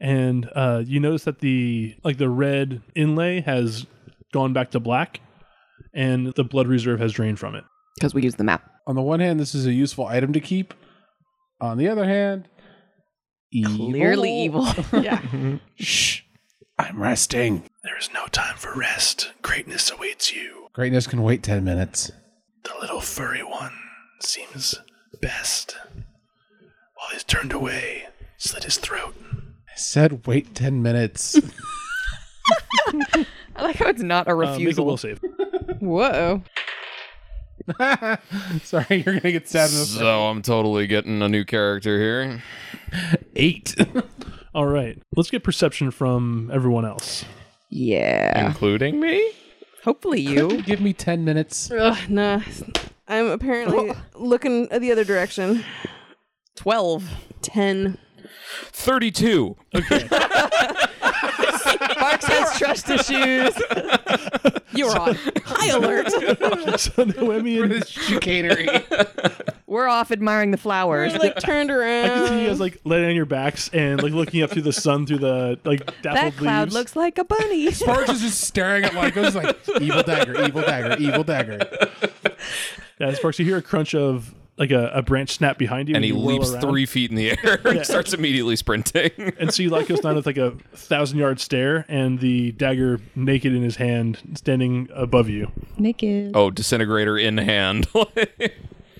[SPEAKER 1] And uh, you notice that the like the red inlay has gone back to black, and the blood reserve has drained from it.
[SPEAKER 5] Because we use the map.
[SPEAKER 2] On the one hand, this is a useful item to keep. On the other hand, evil.
[SPEAKER 5] Clearly
[SPEAKER 1] [LAUGHS]
[SPEAKER 5] evil.
[SPEAKER 3] yeah.
[SPEAKER 2] Shh. I'm resting.
[SPEAKER 1] There is no time for rest. Greatness awaits you.
[SPEAKER 2] Greatness can wait 10 minutes.
[SPEAKER 1] The little furry one seems best. While he's turned away, slit his throat.
[SPEAKER 2] I said wait 10 minutes.
[SPEAKER 5] I like how it's not a
[SPEAKER 1] Uh, make a
[SPEAKER 5] refusal.
[SPEAKER 1] will save.
[SPEAKER 3] Whoa.
[SPEAKER 2] [LAUGHS] Sorry, you're going to get sad in this.
[SPEAKER 4] So I'm totally getting a new character here.
[SPEAKER 2] Eight.
[SPEAKER 1] [LAUGHS] All right, let's get perception from everyone else. [LAUGHS]
[SPEAKER 5] yeah.
[SPEAKER 4] Including me?
[SPEAKER 5] Hopefully
[SPEAKER 1] [LAUGHS]
[SPEAKER 5] you.
[SPEAKER 2] Give me 10 minutes.
[SPEAKER 3] [LAUGHS] Ugh, nah. I'm [LAUGHS] apparently looking the other direction.
[SPEAKER 1] [LAUGHS]
[SPEAKER 5] 12.
[SPEAKER 3] 10.
[SPEAKER 4] 32. [LAUGHS]
[SPEAKER 5] Mark has
[SPEAKER 1] [LAUGHS]
[SPEAKER 5] trust issues. You're on high alert.
[SPEAKER 1] so the Wemmy and
[SPEAKER 2] chicanery.
[SPEAKER 5] We're off admiring the flowers.
[SPEAKER 3] We're like turned
[SPEAKER 1] [LAUGHS] I can see you guys
[SPEAKER 3] around.
[SPEAKER 1] like laying on your backs and like looking up through the sun through the like dappled
[SPEAKER 5] that cloud
[SPEAKER 1] leaves.
[SPEAKER 5] looks like a bunny.
[SPEAKER 2] Sparge is just staring at Lycos like, evil dagger, evil dagger, evil dagger.
[SPEAKER 1] Yeah, Sparks, you hear a crunch of like a, a branch snap behind you,
[SPEAKER 4] And he
[SPEAKER 1] you whirl
[SPEAKER 4] leaps
[SPEAKER 1] around
[SPEAKER 4] three feet in the air [LAUGHS] and starts immediately sprinting. [LAUGHS]
[SPEAKER 1] and see Lycos down with like a thousand yard stare and the dagger naked in his hand, standing above you.
[SPEAKER 5] Naked.
[SPEAKER 4] Oh, disintegrator in hand. [LAUGHS]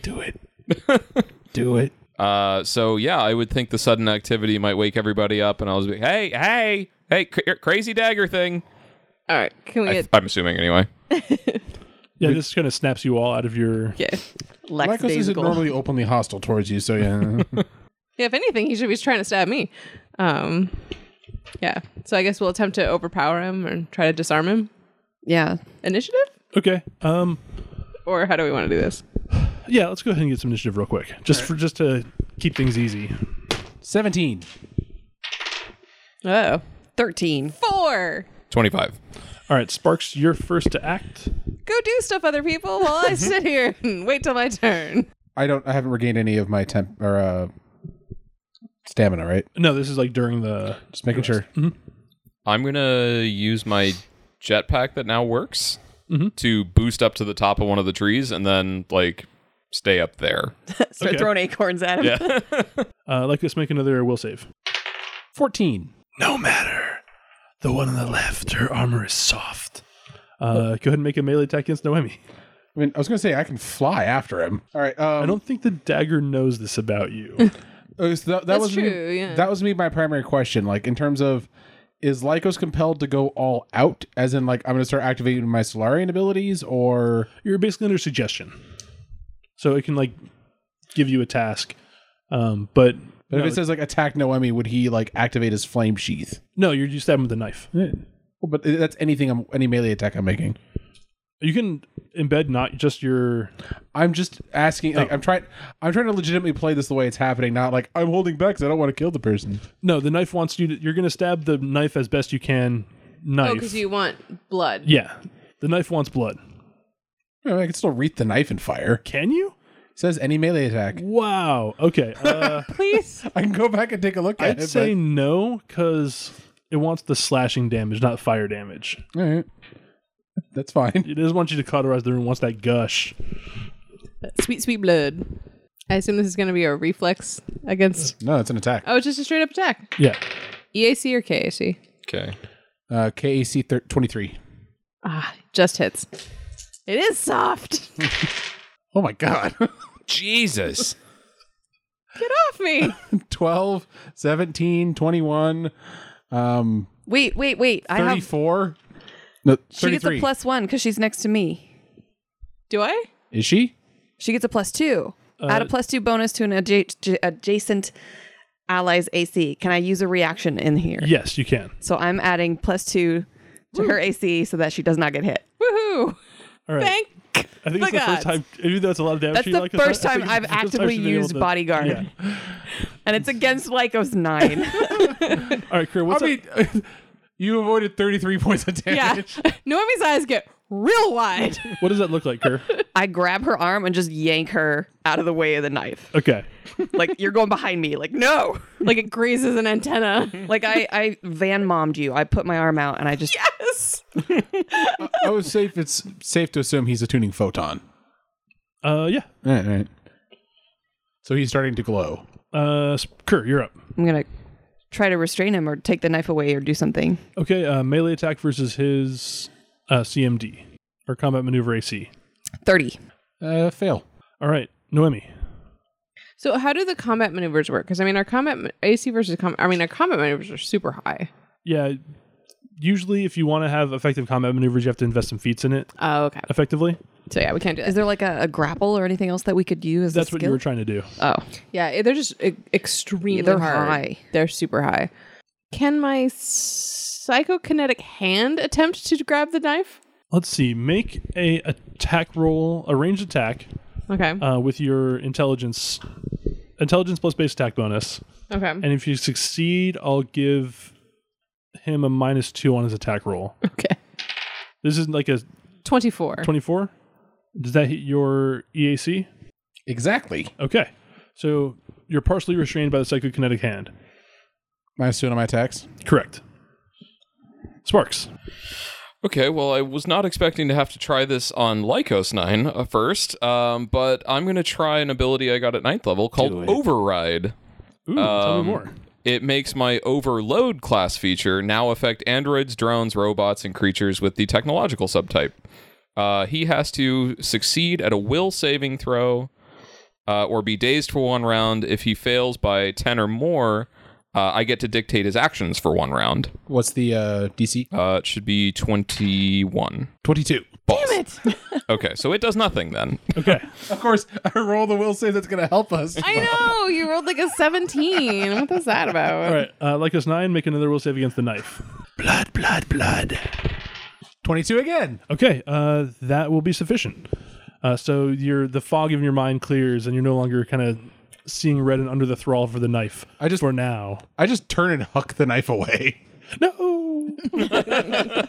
[SPEAKER 1] Do it. [LAUGHS] Do it.
[SPEAKER 4] uh, so, yeah, I would think the sudden activity might wake everybody up, and I was like, hey, hey, hey, cr- crazy dagger thing.
[SPEAKER 3] All right. Can we
[SPEAKER 4] I
[SPEAKER 3] get.
[SPEAKER 4] I'm assuming anyway.
[SPEAKER 1] Yeah, this kind of snaps you all out of your.
[SPEAKER 3] Okay.
[SPEAKER 5] Lex
[SPEAKER 2] Lycos isn't
[SPEAKER 5] Daisical.
[SPEAKER 2] normally openly hostile towards you, so [LAUGHS] yeah.
[SPEAKER 3] Yeah, if anything, he should be trying to stab me. Um, yeah. So I guess we'll attempt to overpower him and try to disarm him.
[SPEAKER 5] yeah.
[SPEAKER 3] Initiative?
[SPEAKER 1] Okay. Um.
[SPEAKER 3] Or how do we want to do this?
[SPEAKER 1] Yeah, let's go ahead and get some initiative real quick, just for just to keep things easy.
[SPEAKER 2] 17.
[SPEAKER 3] Oh.
[SPEAKER 5] 13.
[SPEAKER 3] Four.
[SPEAKER 4] 25.
[SPEAKER 1] All right, Sparks, you're first to act.
[SPEAKER 3] Go do stuff, other people, while
[SPEAKER 1] [LAUGHS]
[SPEAKER 3] I sit here and wait till my turn.
[SPEAKER 2] I don't. I haven't regained any of my temp or uh, stamina. Right.
[SPEAKER 1] No, this is like during the.
[SPEAKER 2] Just making sure.
[SPEAKER 4] I'm going to use my jetpack that now works to boost up to the top of one of the trees and then, like, stay up there.
[SPEAKER 5] Start
[SPEAKER 1] Okay.
[SPEAKER 5] throwing acorns at him.
[SPEAKER 4] Yeah.
[SPEAKER 1] Uh, Lycos, make another will save.
[SPEAKER 2] Fourteen.
[SPEAKER 1] No matter. The one on the left, her armor is soft. Uh, go ahead and make a melee attack against Noemi.
[SPEAKER 2] I mean, I was gonna say I can fly after him. All right. Um,
[SPEAKER 1] I don't think the dagger knows this about
[SPEAKER 3] [LAUGHS]
[SPEAKER 1] you.
[SPEAKER 2] uh, so that, that
[SPEAKER 3] That's
[SPEAKER 2] was
[SPEAKER 3] true,
[SPEAKER 2] Me,
[SPEAKER 3] yeah.
[SPEAKER 2] That was me. My primary question, like in terms of, is Lycos compelled to go all out? As in, like I'm gonna start activating my Solarian abilities, or
[SPEAKER 1] You're basically under suggestion, so it can like give you a task. Um, but
[SPEAKER 2] but
[SPEAKER 1] no,
[SPEAKER 2] if it says like attack Noemi, would he like activate his flame sheath?
[SPEAKER 1] no, you're you stab him with a knife.
[SPEAKER 2] Well, but that's anything. I'm any melee attack I'm making.
[SPEAKER 1] You can embed not just your
[SPEAKER 2] I'm just asking.
[SPEAKER 5] Oh.
[SPEAKER 2] Like, I'm trying. I'm trying to legitimately play this the way it's happening, not like I'm holding back because I don't want to kill the person.
[SPEAKER 1] no. The knife wants you to. You're gonna stab the knife as best you can. Knife.
[SPEAKER 3] Oh, because you want blood.
[SPEAKER 1] Yeah, the knife wants blood.
[SPEAKER 2] I, mean, I can still wreath the knife in fire.
[SPEAKER 1] Can you?
[SPEAKER 2] It says any melee attack.
[SPEAKER 1] Wow.
[SPEAKER 3] [LAUGHS]
[SPEAKER 1] Okay. Uh,
[SPEAKER 3] Please.
[SPEAKER 2] I can go back and take a look at
[SPEAKER 1] I'd
[SPEAKER 2] it.
[SPEAKER 1] say no because it wants the slashing damage, not fire damage.
[SPEAKER 2] but- all right. [LAUGHS] That's fine.
[SPEAKER 1] It doesn't want you to cauterize the wound. Wants that gush.
[SPEAKER 3] sweet, sweet blood. I assume this is going to be a reflex against.
[SPEAKER 2] No, it's an attack.
[SPEAKER 3] Oh, it's just a straight up attack.
[SPEAKER 1] Yeah.
[SPEAKER 3] EAC or KAC?
[SPEAKER 4] okay.
[SPEAKER 2] Uh, KAC thir- 23.
[SPEAKER 3] Ah, just hits. It
[SPEAKER 1] [LAUGHS]
[SPEAKER 3] is soft. Get
[SPEAKER 2] Oh my god. [LAUGHS]
[SPEAKER 4] Jesus.
[SPEAKER 1] [LAUGHS]
[SPEAKER 3] off me.
[SPEAKER 2] 12, 17, 21, um,
[SPEAKER 5] [LAUGHS] Wait, wait, wait. I have.
[SPEAKER 2] 34. No,
[SPEAKER 5] She gets a
[SPEAKER 2] 33.
[SPEAKER 5] plus one because she's next to me.
[SPEAKER 3] Do I?
[SPEAKER 2] Is she?
[SPEAKER 5] She gets a plus two. Add a plus two bonus to an adja- j- adjacent ally's AC. Can I use a reaction in here?
[SPEAKER 1] Yes, you can.
[SPEAKER 5] So I'm adding plus two to her AC so that she does not get hit.
[SPEAKER 3] Woohoo.
[SPEAKER 1] All right.
[SPEAKER 3] Thank.
[SPEAKER 1] I think
[SPEAKER 3] the
[SPEAKER 1] it's the first
[SPEAKER 3] gods.
[SPEAKER 1] time. Even though it's a lot of damage.
[SPEAKER 5] Oh That's
[SPEAKER 1] to you,
[SPEAKER 5] the
[SPEAKER 1] Lycos, I-
[SPEAKER 5] first
[SPEAKER 1] I
[SPEAKER 5] time
[SPEAKER 1] think it's
[SPEAKER 5] I've
[SPEAKER 1] the first time
[SPEAKER 5] actively
[SPEAKER 1] she's been able
[SPEAKER 5] used
[SPEAKER 1] to-
[SPEAKER 5] bodyguard.
[SPEAKER 1] Yeah.
[SPEAKER 5] And it's against Lycos nine.
[SPEAKER 1] All right, Kira. What's up?
[SPEAKER 2] mean, [LAUGHS] you avoided 33 points of
[SPEAKER 3] [LAUGHS] Yeah. Noemi's eyes get real [LAUGHS] wide.
[SPEAKER 1] [LAUGHS] What does that look like,
[SPEAKER 5] [LAUGHS]
[SPEAKER 1] Kira?
[SPEAKER 5] I grab her arm and just yank her out of the way of the knife.
[SPEAKER 1] Okay.
[SPEAKER 5] Like you're going behind me. Like no.
[SPEAKER 3] like it grazes an antenna.
[SPEAKER 5] Like I, I van mommed you. I put my arm out and I just
[SPEAKER 3] Yes.
[SPEAKER 2] I was safe. Oh, It's safe to assume he's attuning photon.
[SPEAKER 1] Uh, yeah.
[SPEAKER 2] All right, all right. So he's starting to glow.
[SPEAKER 1] Uh, Kira, you're up.
[SPEAKER 5] I'm gonna try to restrain him or take the knife away or do something.
[SPEAKER 1] Okay. Uh, melee attack versus his uh, CMD or combat maneuver AC.
[SPEAKER 5] Thirty.
[SPEAKER 2] Uh, fail.
[SPEAKER 1] All right, Noemi.
[SPEAKER 3] So how do the combat maneuvers work? Because I mean, our combat ma- AC versus combat. I mean, our combat maneuvers are super high.
[SPEAKER 1] Yeah. Usually, if you want to have effective combat maneuvers, you have to invest some feats in it
[SPEAKER 3] Oh, okay.
[SPEAKER 1] effectively.
[SPEAKER 3] So yeah, we can't do that.
[SPEAKER 5] Is there like a, a grapple or anything else that we could use?
[SPEAKER 1] That's
[SPEAKER 5] a
[SPEAKER 1] what
[SPEAKER 5] skill?
[SPEAKER 1] you were trying to do.
[SPEAKER 5] Oh,
[SPEAKER 3] Yeah, eh, they're just e- extremely
[SPEAKER 5] Yeah, they're
[SPEAKER 3] hard.
[SPEAKER 5] high.
[SPEAKER 3] They're super high. Can my psychokinetic hand attempt to grab the knife?
[SPEAKER 1] Let's see. Make a attack roll, a ranged attack
[SPEAKER 3] Okay.
[SPEAKER 1] uh, with your intelligence, intelligence plus base attack bonus.
[SPEAKER 3] okay.
[SPEAKER 1] And if you succeed, I'll give him a minus two on his attack roll.
[SPEAKER 3] okay.
[SPEAKER 1] This is like a
[SPEAKER 3] 24.
[SPEAKER 1] 24. Does that hit your EAC?
[SPEAKER 2] Exactly.
[SPEAKER 1] Okay. So you're partially restrained by the psychokinetic hand.
[SPEAKER 2] Minus two on my attacks.
[SPEAKER 1] Correct. Sparks.
[SPEAKER 4] Okay, well, I was not expecting to have to try this on Lycos 9 uh, first, um, but I'm going to try an ability I got at ninth level called Override.
[SPEAKER 1] Ooh, tell
[SPEAKER 4] Um,
[SPEAKER 1] me more.
[SPEAKER 4] It makes my Overload class feature now affect androids, drones, robots, and creatures with the technological subtype. Uh, he has to succeed at a will saving throw uh, or be dazed for one round. If he fails by 10 or more, uh, I get to dictate his actions for one round.
[SPEAKER 2] What's the uh, DC?
[SPEAKER 4] Uh, it should be 21.
[SPEAKER 2] 22.
[SPEAKER 4] Damn
[SPEAKER 3] [LAUGHS]
[SPEAKER 4] it! okay, so it does nothing then.
[SPEAKER 1] Okay.
[SPEAKER 2] Of course, [LAUGHS] I roll the will save that's going to help us.
[SPEAKER 3] I know. You rolled like a 17. what was that about?
[SPEAKER 1] All right. Uh, like us nine, make another will save against the knife.
[SPEAKER 2] [LAUGHS] Blood, blood, blood. 22 again.
[SPEAKER 1] Okay. Uh, that will be sufficient. Uh, so your the fog in your mind clears, and you're no longer kind of seeing red and under the thrall for the knife.
[SPEAKER 2] I just-
[SPEAKER 1] for now.
[SPEAKER 2] I just turn and huck the knife away.
[SPEAKER 1] No.
[SPEAKER 2] [LAUGHS]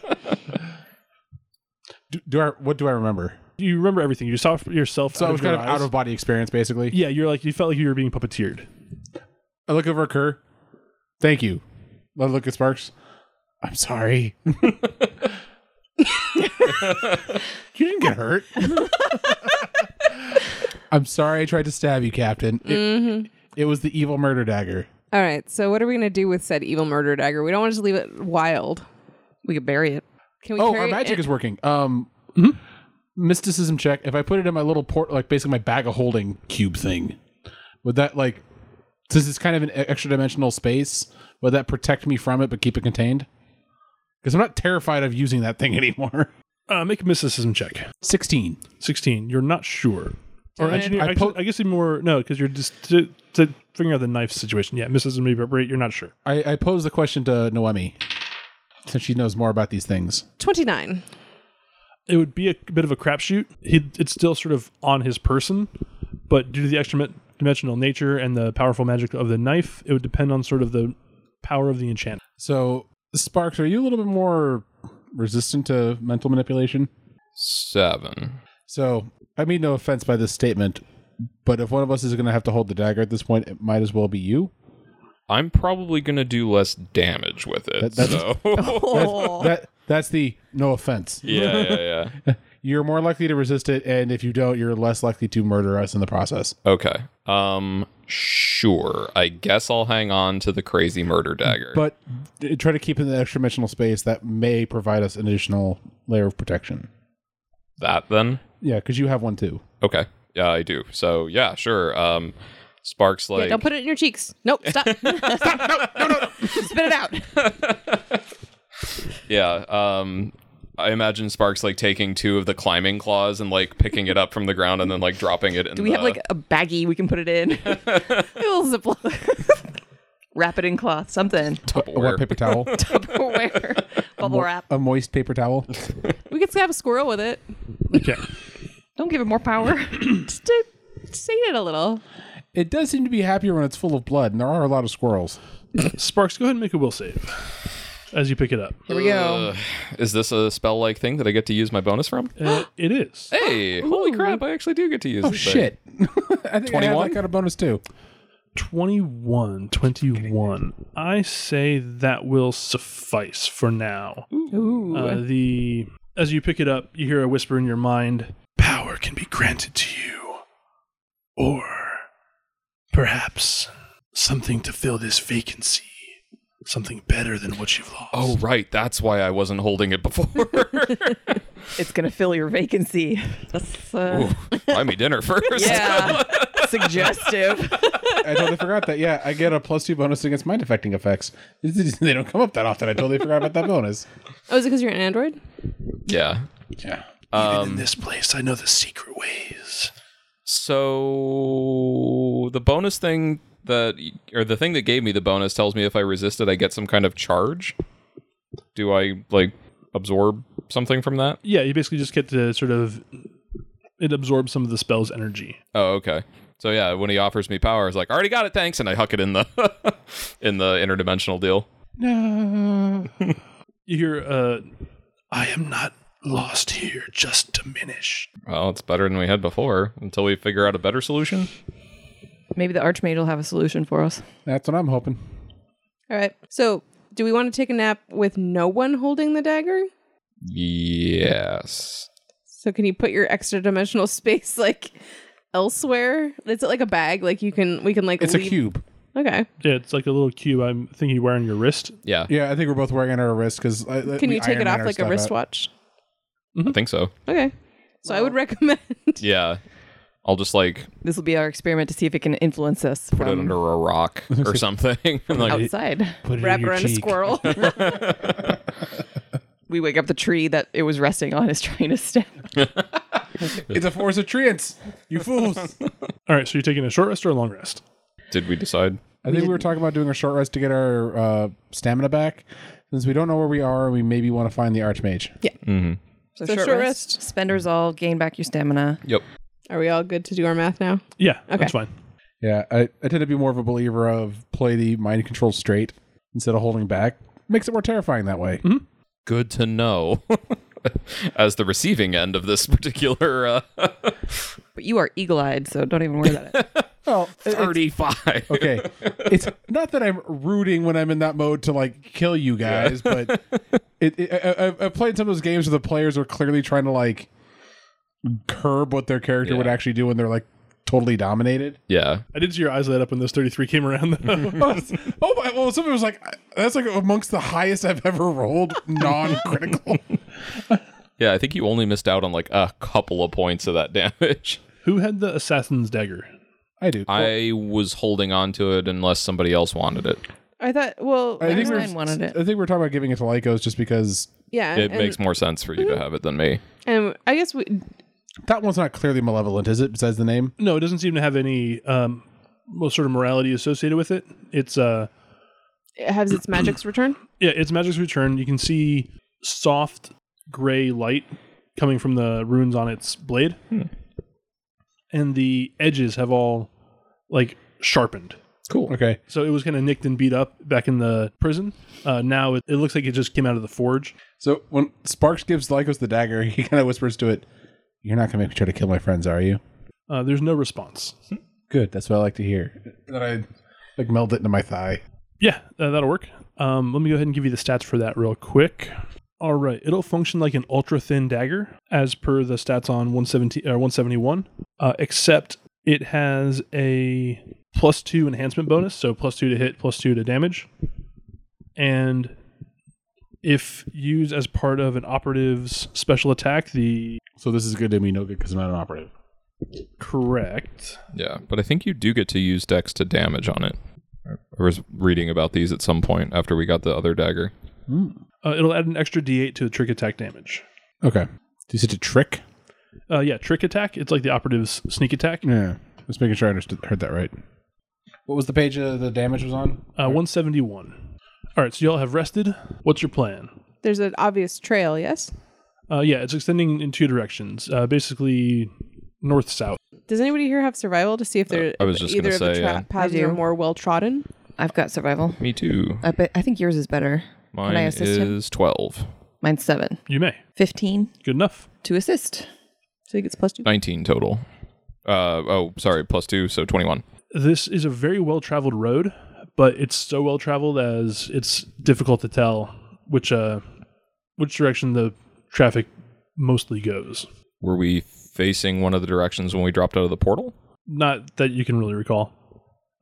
[SPEAKER 2] Do, do I? What do I remember?
[SPEAKER 1] you remember everything. You saw yourself.
[SPEAKER 2] So I
[SPEAKER 1] out
[SPEAKER 2] was
[SPEAKER 1] your
[SPEAKER 2] kind of
[SPEAKER 1] eyes.
[SPEAKER 2] out of body experience, basically.
[SPEAKER 1] Yeah, you're like you felt like you were being puppeteered.
[SPEAKER 2] I look over at Kerr. Thank you. I look at Sparks. I'm sorry. you didn't get hurt. I'm sorry I tried to stab you, Captain. It, it was the evil murder dagger.
[SPEAKER 3] All right. So, what are we going to do with said evil murder dagger? We don't want to just leave it wild.
[SPEAKER 5] We could bury it.
[SPEAKER 3] Can we
[SPEAKER 2] Oh,
[SPEAKER 3] carry
[SPEAKER 2] our
[SPEAKER 3] it
[SPEAKER 2] magic
[SPEAKER 3] in-
[SPEAKER 2] is working. Um, mysticism check. If I put it in my little port, like basically my bag of holding cube thing, would that like since it's kind of an extra dimensional space, would that protect me from it but keep it contained? Because I'm not terrified of using that thing [LAUGHS] anymore.
[SPEAKER 1] Uh, make a mysticism check.
[SPEAKER 2] Sixteen.
[SPEAKER 1] Sixteen. You're not sure. Or engineer.
[SPEAKER 2] I
[SPEAKER 1] I,
[SPEAKER 2] po-
[SPEAKER 1] I guess even more. No, because you're just to, to figuring out the knife situation. Yeah, mysticism maybe operate. You're not sure.
[SPEAKER 2] I, I pose the question to Noemi since she knows more about these things.
[SPEAKER 3] 29.
[SPEAKER 1] It would be a bit of a crapshoot. He it's still sort of on his person, but due to the extra dimensional nature and the powerful magic of the knife, it would depend on sort of the power of the enchantment.
[SPEAKER 2] So, Sparks, are you a little bit more resistant to mental manipulation?
[SPEAKER 4] Seven.
[SPEAKER 2] So I mean no offense by this statement, but if one of us is going to have to hold the dagger at this point, it might as well be you.
[SPEAKER 4] I'm probably gonna do less damage with
[SPEAKER 2] That-
[SPEAKER 4] it.
[SPEAKER 2] that's-
[SPEAKER 4] so [LAUGHS]
[SPEAKER 3] [LAUGHS] Oh.
[SPEAKER 2] That's, that that's the no offense.
[SPEAKER 4] yeah, yeah, yeah.
[SPEAKER 2] You're more likely to resist it, and if you don't, you're less likely to murder us in the process.
[SPEAKER 4] Okay. Um, sure. I guess I'll hang on to the crazy murder dagger.
[SPEAKER 2] But d- try to keep in the extra dimensional space that may provide us an additional layer of protection.
[SPEAKER 4] that then.
[SPEAKER 2] Yeah, because you have one too.
[SPEAKER 4] Okay. Yeah, I do. So yeah, sure. Um, Sparks like
[SPEAKER 3] yeah, don't put it in your cheeks. Nope.
[SPEAKER 2] [LAUGHS]
[SPEAKER 3] Stop. stop. No, no, no, no. [LAUGHS] Spit it out.
[SPEAKER 4] Yeah. Um, I imagine Sparks like taking two of the climbing claws and like picking it up from the ground and then like dropping it. In
[SPEAKER 5] Do we have like a baggie we can put it in? a [LAUGHS] little Ziploc. [LAUGHS] Wrap it in cloth, something.
[SPEAKER 2] A wet paper towel,
[SPEAKER 5] [LAUGHS] Tupperware. Bubble wrap.
[SPEAKER 2] a moist paper towel.
[SPEAKER 3] We could stab a squirrel with it.
[SPEAKER 1] Okay.
[SPEAKER 5] Don't give it more [CLEARS THROAT] power.
[SPEAKER 3] Just to stain it a little.
[SPEAKER 2] It does seem to be happier when it's full of blood, and there are a lot of squirrels.
[SPEAKER 1] Sparks, go ahead and make a will save as you pick it up.
[SPEAKER 5] Here we go.
[SPEAKER 4] Is this a spell like thing that I get to use my bonus from?
[SPEAKER 1] Uh, it is.
[SPEAKER 4] Hey, holy crap, I actually do get to use
[SPEAKER 2] Oh
[SPEAKER 4] this thing.
[SPEAKER 2] shit! [LAUGHS] I think 21? I
[SPEAKER 4] 21?
[SPEAKER 2] had that kind of bonus too.
[SPEAKER 1] 21 21 i say that will suffice for now Uh, the as you pick it up you hear a whisper in your mind power can be granted to you or perhaps something to fill this vacancy something better than what you've lost
[SPEAKER 4] Oh right, that's why I wasn't holding
[SPEAKER 5] [LAUGHS]
[SPEAKER 4] it before.
[SPEAKER 5] It's going to fill your vacancy. That's uh,
[SPEAKER 4] Ooh, buy me dinner first.
[SPEAKER 3] Uh,
[SPEAKER 5] yeah. suggestive.
[SPEAKER 2] I totally forgot that. Yeah, I get a plus two bonus against mind affecting effects. [LAUGHS] they don't come up that often. I totally forgot about that bonus.
[SPEAKER 3] Oh, is it because you're an android?
[SPEAKER 4] Yeah.
[SPEAKER 2] Yeah.
[SPEAKER 1] in this place i know the secret ways
[SPEAKER 4] So the bonus thing that or the thing that gave me the bonus tells me if I resist it I get some kind of charge. Do I like absorb something from that?
[SPEAKER 1] yeah you basically just get to sort of it absorbs some of the spell's energy.
[SPEAKER 4] Oh, okay. So yeah, when he offers me power, I was like, "I already got it, thanks," and I huck it in the [LAUGHS] in the interdimensional deal.
[SPEAKER 2] No.
[SPEAKER 1] You hear, uh, I am not lost here, just diminished.
[SPEAKER 4] Well, it's better than we had before until we figure out a better solution.
[SPEAKER 5] [LAUGHS] Maybe the Archmage will have a solution for us.
[SPEAKER 2] That's what I'm hoping.
[SPEAKER 3] All right. So, do we want to take a nap with no one holding the dagger?
[SPEAKER 4] Yes.
[SPEAKER 3] So, can you put your extra dimensional [LAUGHS] space like elsewhere? Is it like a bag? Like you can we can like
[SPEAKER 2] It's a
[SPEAKER 3] leave.
[SPEAKER 2] cube.
[SPEAKER 3] Okay.
[SPEAKER 1] Yeah, it's like a little cube. I'm thinking you wear on your wrist.
[SPEAKER 4] Yeah,
[SPEAKER 2] Yeah, I think we're both wearing it on our wrist because
[SPEAKER 3] Can you take it off like a wristwatch?
[SPEAKER 4] I think so.
[SPEAKER 3] Okay. So I would recommend. [LAUGHS]
[SPEAKER 4] Yeah. I'll just like
[SPEAKER 5] This will be our experiment to see if it can influence us
[SPEAKER 4] put it
[SPEAKER 5] from
[SPEAKER 4] under a rock or something. [LAUGHS] I'm like,
[SPEAKER 5] outside.
[SPEAKER 3] wrap around
[SPEAKER 2] [LAUGHS]
[SPEAKER 3] a squirrel.
[SPEAKER 5] We wake up the tree that it was resting on is [LAUGHS] trying to stem.
[SPEAKER 2] It's a force of treants. You fools.
[SPEAKER 1] All right, so you're taking a short rest or a long rest?
[SPEAKER 4] did we decide?
[SPEAKER 2] [LAUGHS] I think we were talking about doing a short rest to get our uh, stamina back. Since we don't know where we are, we maybe want to find the Archmage.
[SPEAKER 5] So,
[SPEAKER 3] short rest.
[SPEAKER 5] Spend all, gain back your stamina.
[SPEAKER 4] Yep.
[SPEAKER 3] Are we all good to do our math now?
[SPEAKER 1] Yeah,
[SPEAKER 3] Okay.
[SPEAKER 1] that's fine.
[SPEAKER 2] Yeah, I, I tend to be more of a believer of play the mind control straight instead of holding back. Makes it more terrifying that way.
[SPEAKER 4] Good to know. [LAUGHS] As the receiving end of this [LAUGHS] particular uh,
[SPEAKER 5] But you are eagle eyed, so don't even worry about it.
[SPEAKER 2] Well, it- it's-
[SPEAKER 4] 35.
[SPEAKER 2] okay. It's not that I'm rooting when I'm in that mode to like kill you guys, but it, it, I, I- I've played some of those games where the players are clearly trying to like curb what their character would
[SPEAKER 4] Yeah.
[SPEAKER 2] actually do when they're like totally dominated.
[SPEAKER 4] [LAUGHS] Yeah.
[SPEAKER 1] I did see your eyes light up when those 33 came around,
[SPEAKER 3] [LAUGHS]
[SPEAKER 1] though.
[SPEAKER 2] [LAUGHS] oh, my, well, somebody was like, that's like amongst the highest I've ever rolled, non-critical.
[SPEAKER 4] Yeah, I think you only missed out on like a couple of points of that [LAUGHS] damage.
[SPEAKER 1] Who had the assassin's dagger?
[SPEAKER 2] I do.
[SPEAKER 4] I was holding on to it unless somebody else wanted it.
[SPEAKER 3] I thought. Well,
[SPEAKER 2] I think
[SPEAKER 5] Mine
[SPEAKER 2] we're
[SPEAKER 5] wanted it.
[SPEAKER 2] I think we're talking about giving it to Lycos just because
[SPEAKER 3] yeah.
[SPEAKER 4] It
[SPEAKER 3] and,
[SPEAKER 4] makes more sense for you to have it than me.
[SPEAKER 3] and I guess we.
[SPEAKER 2] that one's not clearly malevolent, is it? Besides the name,
[SPEAKER 1] No, it doesn't seem to have any um, well, sort of morality associated with it. It's uh,
[SPEAKER 3] It has
[SPEAKER 4] [CLEARS THROAT]
[SPEAKER 3] its magic's return.
[SPEAKER 1] yeah, it's magic's return. You can see soft gray light coming from the runes on its blade, and the edges have all like sharpened.
[SPEAKER 4] Cool.
[SPEAKER 2] okay.
[SPEAKER 1] So it was kind of nicked and beat up back in the prison. Uh, now it, it looks like it just came out of the forge.
[SPEAKER 2] So when Sparks gives Lycos the dagger, [LAUGHS] he kind of whispers to it, "You're not gonna make me try to kill my friends, are you?"
[SPEAKER 1] Uh, there's no response.
[SPEAKER 2] Good. That's what I like to hear. Then I like meld it into my thigh.
[SPEAKER 1] Yeah, uh, that'll work. Um, let me go ahead and give you the stats for that real quick. All right, it'll function like an ultra thin dagger as per the stats on 170 uh, 171, uh, except it has a plus two enhancement bonus, so plus two to hit, plus two to damage, and if used as part of an operative's special attack, the
[SPEAKER 2] So this is good to me, no good because I'm not an operative.
[SPEAKER 1] correct.
[SPEAKER 4] Yeah, but I think you do get to use dex to damage on it. I was reading about these at some point after we got the other dagger.
[SPEAKER 1] Uh, it'll add an extra d8 to the trick attack damage.
[SPEAKER 2] Okay. Do you such a trick?
[SPEAKER 1] Uh, yeah, trick attack. It's like the operative's sneak attack.
[SPEAKER 2] Yeah. Just making sure I understood, heard that right. What was the page uh, the damage was on?
[SPEAKER 1] Uh, 171. All right, so y'all have rested. What's your plan?
[SPEAKER 3] There's an obvious trail. Yes.
[SPEAKER 1] Uh, yeah, it's extending in two directions, uh, basically north south.
[SPEAKER 3] Does anybody here have survival to see if they're
[SPEAKER 4] Uh, I was just
[SPEAKER 3] either
[SPEAKER 4] gonna
[SPEAKER 3] of the
[SPEAKER 4] say, yeah.
[SPEAKER 3] paths
[SPEAKER 5] I do.
[SPEAKER 3] are more well trodden?
[SPEAKER 5] [LAUGHS] I've got survival.
[SPEAKER 4] Me too.
[SPEAKER 5] I, bet, I think yours is better.
[SPEAKER 4] Mine
[SPEAKER 5] Uh, assist him?
[SPEAKER 4] is 12.
[SPEAKER 5] Mine's seven.
[SPEAKER 1] You may.
[SPEAKER 5] 15
[SPEAKER 1] Good enough.
[SPEAKER 5] to assist.
[SPEAKER 3] So he gets plus two.
[SPEAKER 4] 19 total. Uh, oh, sorry, plus two, so 21.
[SPEAKER 1] This is a very well traveled road, but it's so well traveled as it's difficult to tell which uh, which direction the traffic mostly goes.
[SPEAKER 4] Were we facing one of the directions when we dropped out of the portal?
[SPEAKER 1] Not that you can really recall.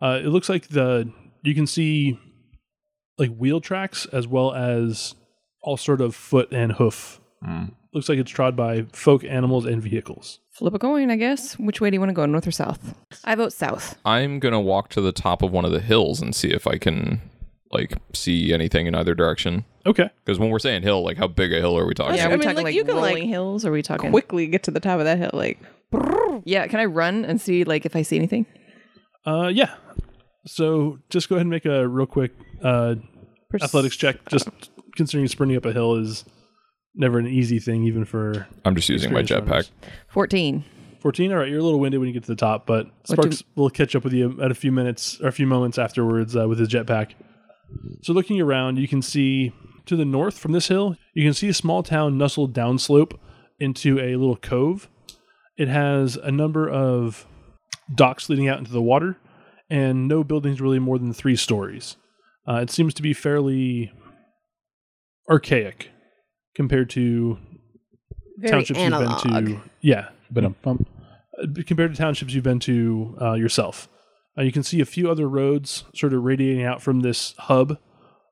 [SPEAKER 1] Uh, it looks like the you can see like wheel tracks as well as all sort of foot and hoof.
[SPEAKER 4] Hmm.
[SPEAKER 1] Looks like it's trod by folk, animals, and vehicles.
[SPEAKER 5] Flip a coin, I guess. Which way do you want to go, north or south? I vote south.
[SPEAKER 4] I'm going to walk to the top of one of the hills and see if I can, like, see anything in either direction.
[SPEAKER 1] Okay.
[SPEAKER 4] Because when we're saying hill, like, how big a hill are we talking?
[SPEAKER 5] Yeah,
[SPEAKER 3] I
[SPEAKER 5] are we
[SPEAKER 3] mean,
[SPEAKER 5] talking
[SPEAKER 3] like,
[SPEAKER 5] like
[SPEAKER 3] you can, like,
[SPEAKER 5] rolling hills? Or are we talking?
[SPEAKER 3] Quickly get to the top of that hill. Like
[SPEAKER 5] Yeah, can I run and see like if I see anything?
[SPEAKER 1] Uh, yeah. So just go ahead and make a real quick uh,
[SPEAKER 5] Pers-
[SPEAKER 1] athletics check. Just considering sprinting up a hill is never an easy thing, even for
[SPEAKER 4] I'm just using my
[SPEAKER 1] Experience
[SPEAKER 4] jetpack.
[SPEAKER 1] runners.
[SPEAKER 5] Fourteen.
[SPEAKER 1] 14. All right, you're a little winded when you get to the top, but
[SPEAKER 5] What do-
[SPEAKER 1] Sparks will catch up with you at a few minutes or a few moments afterwards uh, with his jetpack. So, looking around, you can see to the north from this hill, you can see a small town nestled downslope into a little cove. It has a number of docks leading out into the water, and no buildings really more than three stories. Uh, it seems to be fairly archaic compared to
[SPEAKER 3] Very
[SPEAKER 1] townships
[SPEAKER 3] analog.
[SPEAKER 1] you've been to. Yeah,
[SPEAKER 2] But um, um,
[SPEAKER 1] uh, compared to townships you've been to uh, yourself. Uh, you can see a few other roads sort of radiating out from this hub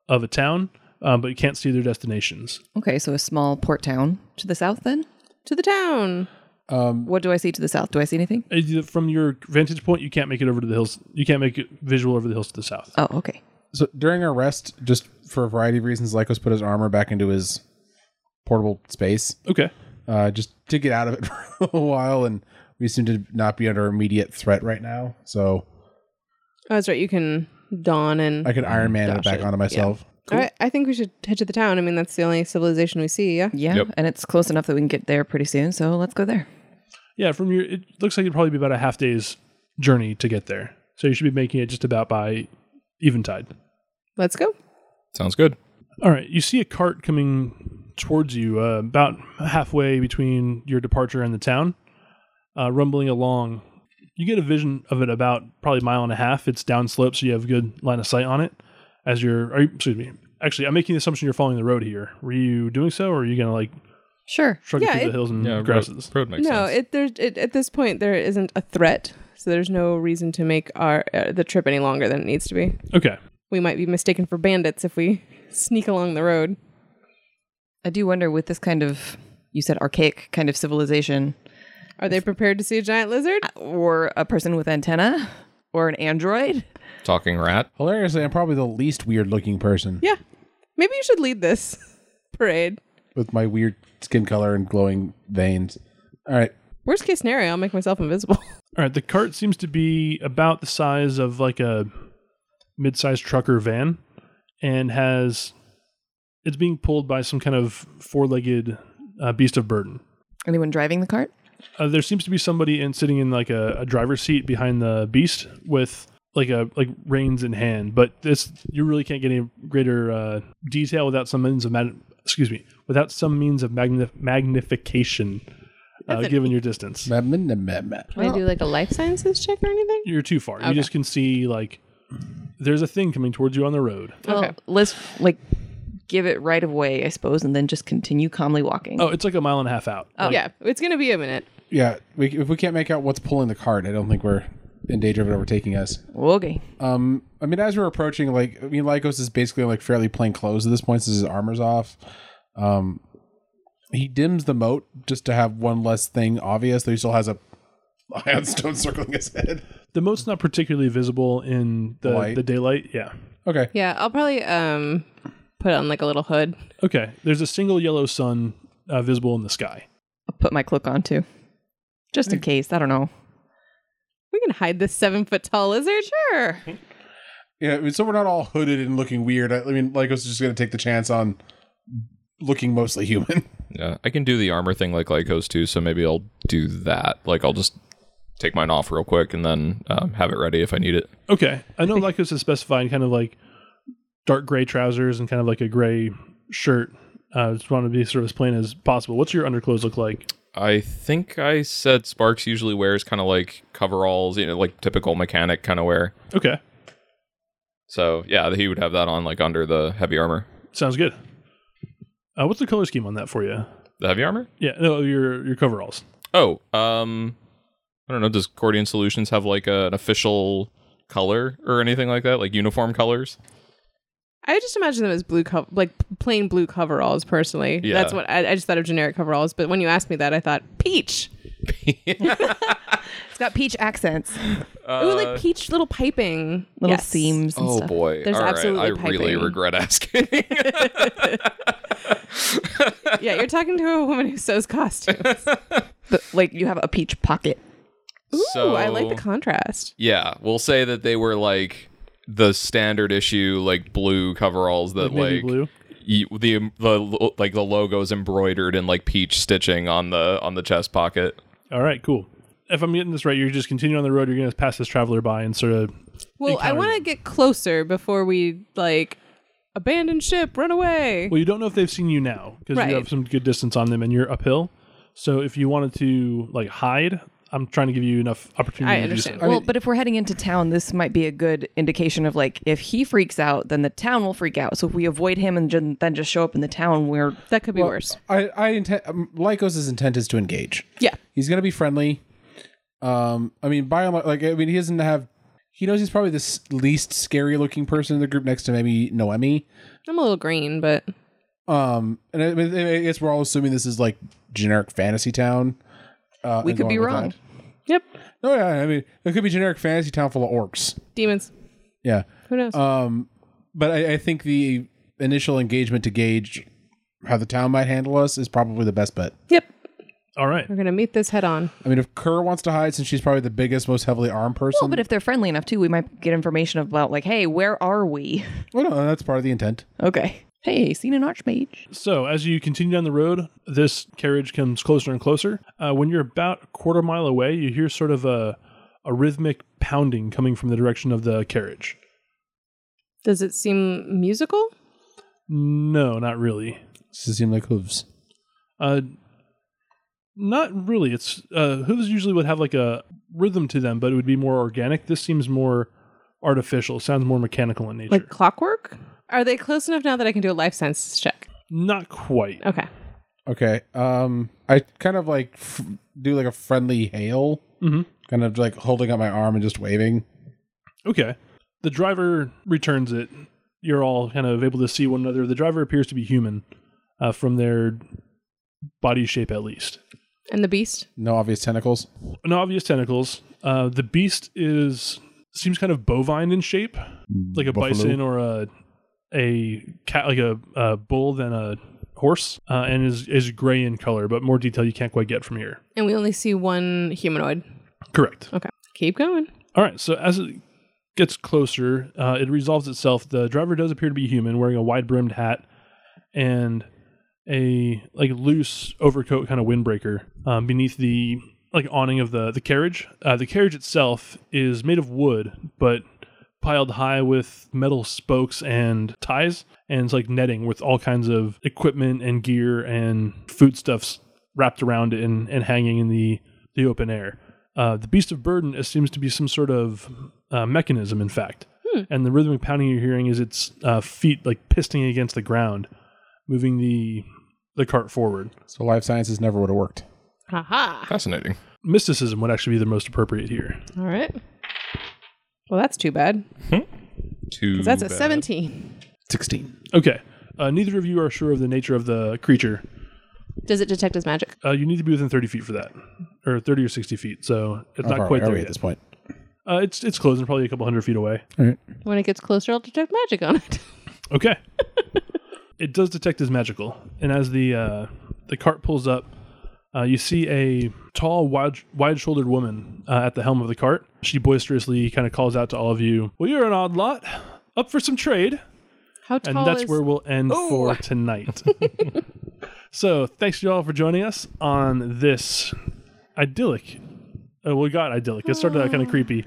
[SPEAKER 1] of a town, um, but you can't see their destinations.
[SPEAKER 5] Okay, so a small port town to the south then?
[SPEAKER 3] To the town.
[SPEAKER 2] um,
[SPEAKER 5] What do I see to the south? Do I see anything?
[SPEAKER 1] Uh, you- From your vantage point, you can't make it over to the hills. You can't make it visual over the hills to the south.
[SPEAKER 5] Oh, okay.
[SPEAKER 2] so during our rest, just for a variety of reasons, Lycos put his armor back into his portable space,
[SPEAKER 1] Okay.
[SPEAKER 2] uh, just to get out of it [LAUGHS] for a while, and we seem to not be under immediate threat right now. So
[SPEAKER 3] Oh, that's right. You can don and.
[SPEAKER 2] I could Iron Man it
[SPEAKER 3] Dash
[SPEAKER 2] back
[SPEAKER 3] it.
[SPEAKER 2] onto myself.
[SPEAKER 3] All right, I think we should head to the town. I mean, that's the only civilization we see. Yeah.
[SPEAKER 5] Yeah,
[SPEAKER 4] Yep.
[SPEAKER 5] and it's close enough that we can get there pretty soon, so let's go there.
[SPEAKER 1] Yeah, from your, it looks like it'd probably be about a half day's journey to get there. So you should be making it just about by eventide.
[SPEAKER 3] Let's go.
[SPEAKER 4] Sounds good.
[SPEAKER 1] All right, you see a cart coming towards you, uh, about halfway between your departure and the town, uh, rumbling along. You get a vision of it about probably a mile and a half. It's downslope, so you have a good line of sight on it. As you're, are you, excuse me. Actually, I'm making the assumption you're following the road here. Were you doing so, or are you gonna like
[SPEAKER 5] Sure.
[SPEAKER 1] shrug
[SPEAKER 3] Yeah,
[SPEAKER 1] through the
[SPEAKER 3] it-
[SPEAKER 1] hills and
[SPEAKER 4] Yeah, road-
[SPEAKER 1] grasses?
[SPEAKER 4] Road, makes
[SPEAKER 3] no,
[SPEAKER 4] sense.
[SPEAKER 3] it, there, it, at this point, there isn't a threat. So there's no reason to make our uh, the trip any longer than it needs to be.
[SPEAKER 1] Okay,
[SPEAKER 3] We might be mistaken for bandits if we sneak along the road.
[SPEAKER 5] I do wonder with this kind of, you said archaic kind of civilization,
[SPEAKER 3] Are they prepared to see a giant lizard?
[SPEAKER 5] or a person with antenna, or an android.
[SPEAKER 4] Talking rat.
[SPEAKER 2] Hilariously, I'm probably the least weird looking person
[SPEAKER 3] Yeah. Maybe you should lead this [LAUGHS] parade.
[SPEAKER 2] with my weird skin color and glowing veins. All right.
[SPEAKER 3] Worst case scenario, I'll make myself invisible.
[SPEAKER 1] all right. The cart seems to be about the size of like a mid-sized trucker van, and has it's being pulled by some kind of four-legged uh, beast of burden.
[SPEAKER 5] Anyone driving the cart?
[SPEAKER 1] Uh, there seems to be somebody in sitting in like a, a driver's seat behind the beast with like a like reins in hand. But this you really can't get any greater uh, detail without some means of mag- excuse me without some means of magnif- magnification, uh, given your distance.
[SPEAKER 2] Meh, meh, meh, meh, meh.
[SPEAKER 3] Can [LAUGHS] I do like a life sciences check or anything?
[SPEAKER 1] You're too far. You just can see like there's a thing coming towards you on the road.
[SPEAKER 5] Well, let's like give it right of way, I suppose, and then just continue calmly walking.
[SPEAKER 1] Oh, it's like a mile and a half out. Like,
[SPEAKER 3] Oh, Yeah, it's going to be a minute.
[SPEAKER 2] Yeah, we, if we can't make out what's pulling the cart, I don't think we're in danger of it overtaking us.
[SPEAKER 5] Okay.
[SPEAKER 2] Um, I mean, as we're approaching, like, I mean, Lycos is basically like fairly plain clothes at this point since his armor's off. Um, he dims the moat just to have one less thing obvious. Though he still has a [LAUGHS] ion stone circling his head.
[SPEAKER 1] The moat's not particularly visible in the,
[SPEAKER 2] Light.
[SPEAKER 1] the daylight. Yeah.
[SPEAKER 2] Okay,
[SPEAKER 3] Yeah, I'll probably um put on like a little hood.
[SPEAKER 1] Okay. There's a single yellow sun uh, visible in the sky.
[SPEAKER 5] I'll put my cloak on too. Just in case. I don't know.
[SPEAKER 3] We can hide this seven foot tall lizard. Sure.
[SPEAKER 2] yeah. I mean, so we're not all hooded and looking weird. I, I mean, Lycos is just gonna take the chance on looking mostly human.
[SPEAKER 4] Yeah, I can do the armor thing like Lycos too, so maybe I'll do that. Like I'll just take mine off real quick and then um, have it ready if I need it.
[SPEAKER 1] Okay. I know Lycos is specifying kind of like dark gray trousers and kind of like a gray shirt. Uh, just want to be sort of as plain as possible. What's your underclothes look like?
[SPEAKER 4] I think I said Sparks usually wears kind of like coveralls, you know, like typical mechanic kind of wear.
[SPEAKER 1] Okay.
[SPEAKER 4] So yeah, he would have that on like under the heavy armor.
[SPEAKER 1] Sounds good. Uh, what's the color scheme on that for you?
[SPEAKER 4] The heavy armor?
[SPEAKER 1] Yeah, no, your your coveralls.
[SPEAKER 4] Oh, um, I don't know. Does Cordian Solutions have like a, an official color or anything like that? Like uniform colors?
[SPEAKER 3] I just imagine them as blue, co- like plain blue coveralls. Personally,
[SPEAKER 4] Yeah.
[SPEAKER 3] that's what I, I just thought of generic coveralls. But when you asked me that, I thought peach.
[SPEAKER 5] It's got peach accents,
[SPEAKER 3] Ooh,
[SPEAKER 4] Uh,
[SPEAKER 3] like peach little piping,
[SPEAKER 5] little
[SPEAKER 3] Yes.
[SPEAKER 5] seams and
[SPEAKER 4] Oh
[SPEAKER 5] stuff.
[SPEAKER 4] boy!
[SPEAKER 3] There's
[SPEAKER 4] All right,
[SPEAKER 3] absolutely
[SPEAKER 4] I really
[SPEAKER 3] piping.
[SPEAKER 4] regret asking.
[SPEAKER 3] [LAUGHS]
[SPEAKER 4] [LAUGHS]
[SPEAKER 3] Yeah, you're talking to a woman who sews
[SPEAKER 4] [LAUGHS]
[SPEAKER 3] costumes.
[SPEAKER 5] But, like you have a peach pocket.
[SPEAKER 3] Ooh,
[SPEAKER 4] so
[SPEAKER 3] I like the contrast.
[SPEAKER 4] yeah, we'll say that they were like the standard issue, like blue coveralls that
[SPEAKER 1] Navy
[SPEAKER 4] like,
[SPEAKER 1] blue.
[SPEAKER 4] y- the the lo- like the logos embroidered in like peach stitching on the on the chest pocket.
[SPEAKER 1] All right, cool. if I'm getting this right, you're just continuing on the road. You're going to pass this traveler by and sort of
[SPEAKER 3] Well, I
[SPEAKER 1] encounter
[SPEAKER 3] want to get closer before we like abandon ship, run away.
[SPEAKER 1] Well, you don't know if they've seen you now because
[SPEAKER 3] Right.
[SPEAKER 1] you have some good distance on them and you're uphill. So if you wanted to like hide, I'm trying to give you enough opportunity.
[SPEAKER 3] I
[SPEAKER 1] to do so.
[SPEAKER 3] understand.
[SPEAKER 5] Well, but if we're heading into town, this might be a good indication of like if he freaks out, then the town will freak out. So if we avoid him and ju- then just show up in the town, we're
[SPEAKER 3] that could be worse.
[SPEAKER 2] I, I intend um, Lycos' intent is to engage.
[SPEAKER 3] Yeah.
[SPEAKER 2] He's gonna be friendly. Um, I mean, by and large, like, I mean, he doesn't have. He knows he's probably the s- least scary looking person in the group, next to maybe Noemi.
[SPEAKER 3] I'm a little green, but
[SPEAKER 2] Um, and I, I mean, I guess we're all assuming this is like generic fantasy town. Uh,
[SPEAKER 5] we
[SPEAKER 2] and
[SPEAKER 5] could be
[SPEAKER 2] going with
[SPEAKER 5] wrong.
[SPEAKER 2] that.
[SPEAKER 3] yep.
[SPEAKER 2] No, yeah, I mean, it could be generic fantasy town full of orcs.
[SPEAKER 3] Demons.
[SPEAKER 2] Yeah,
[SPEAKER 3] Who knows?
[SPEAKER 2] Um, but I, I think the initial engagement to gauge how the town might handle us is probably the best bet.
[SPEAKER 3] yep.
[SPEAKER 1] All right.
[SPEAKER 3] We're gonna meet this head on.
[SPEAKER 2] I mean, if Kerr wants to hide, since she's probably the biggest, most heavily armed person,
[SPEAKER 5] Well, but if they're friendly enough too, we might get information about like, hey, where are we? [LAUGHS]
[SPEAKER 2] well, no, that's part of the intent.
[SPEAKER 5] Okay. Hey, seen an archmage?
[SPEAKER 1] So as you continue down the road, this carriage comes closer and closer. Uh, when you're about a quarter mile away, you hear sort of a a rhythmic pounding coming from the direction of the carriage.
[SPEAKER 3] Does it seem musical?
[SPEAKER 1] No, not really.
[SPEAKER 2] Does it seem like hooves?
[SPEAKER 1] Uh, not really. It's uh, hooves usually would have like a rhythm to them, but it would be more organic. This seems more artificial. Sounds more mechanical in nature.
[SPEAKER 3] Like clockwork? Are they close enough now that I can do a life sciences check?
[SPEAKER 1] not quite.
[SPEAKER 3] Okay.
[SPEAKER 2] Okay. Um, I kind of like f- do like a friendly hail,
[SPEAKER 1] Mhm.
[SPEAKER 2] kind of like holding up my arm and just waving.
[SPEAKER 1] Okay. The driver returns it. You're all kind of able to see one another. The driver appears to be human uh, from their body shape, at least.
[SPEAKER 3] And the beast?
[SPEAKER 2] No obvious tentacles.
[SPEAKER 1] No obvious tentacles. Uh, the beast is seems kind of bovine in shape, like a
[SPEAKER 2] Buffalo.
[SPEAKER 1] bison or a a cat, like a, a bull than a horse, uh, and is is gray in color, but more detail you can't quite get from here.
[SPEAKER 3] And we only see one humanoid.
[SPEAKER 1] Correct.
[SPEAKER 3] Okay. Keep going.
[SPEAKER 1] All right. So as it gets closer, uh, it resolves itself. The driver does appear to be human, wearing a wide-brimmed hat and a like loose overcoat, kind of windbreaker, um, beneath the like awning of the the carriage. Uh, the carriage itself is made of wood, but piled high with metal spokes and ties, and it's like netting with all kinds of equipment and gear and foodstuffs wrapped around it and, and hanging in the the open air. Uh, the beast of burden it seems to be some sort of uh, mechanism, in fact. And the rhythmic pounding you're hearing is its uh, feet like pisting against the ground, moving the the cart forward.
[SPEAKER 2] So life sciences never would have worked.
[SPEAKER 3] Haha.
[SPEAKER 4] Fascinating.
[SPEAKER 1] Mysticism would actually be the most appropriate here.
[SPEAKER 3] All right. Well, that's too bad.
[SPEAKER 4] Too
[SPEAKER 3] That's a
[SPEAKER 4] bad.
[SPEAKER 3] 17.
[SPEAKER 2] Sixteen.
[SPEAKER 1] Okay. Uh, neither of you are sure of the nature of the creature.
[SPEAKER 3] Does it detect as magic?
[SPEAKER 1] Uh, you need to be within 30 feet for that, or 30 or 60 feet. So it's
[SPEAKER 2] How
[SPEAKER 1] not
[SPEAKER 2] far
[SPEAKER 1] quite
[SPEAKER 2] away are
[SPEAKER 1] there
[SPEAKER 2] we at
[SPEAKER 1] yet.
[SPEAKER 2] this point?
[SPEAKER 1] Uh, it's it's closing, probably a couple hundred feet
[SPEAKER 2] [LAUGHS]
[SPEAKER 1] away.
[SPEAKER 2] All right.
[SPEAKER 3] When it gets closer, I'll detect magic on it. [LAUGHS]
[SPEAKER 1] Okay. it does detect as magical, and as the uh, the cart pulls up, uh, you see a tall, wide wide shouldered woman uh, at the helm of the cart. She boisterously kind of calls out to all of you, "Well, you're an odd lot, up for some trade."
[SPEAKER 3] How
[SPEAKER 1] And
[SPEAKER 3] tall
[SPEAKER 1] that's
[SPEAKER 3] is
[SPEAKER 1] where we'll end for tonight. so, thanks to you all for joining us on this idyllic. Uh, we got idyllic. It started out kind of creepy.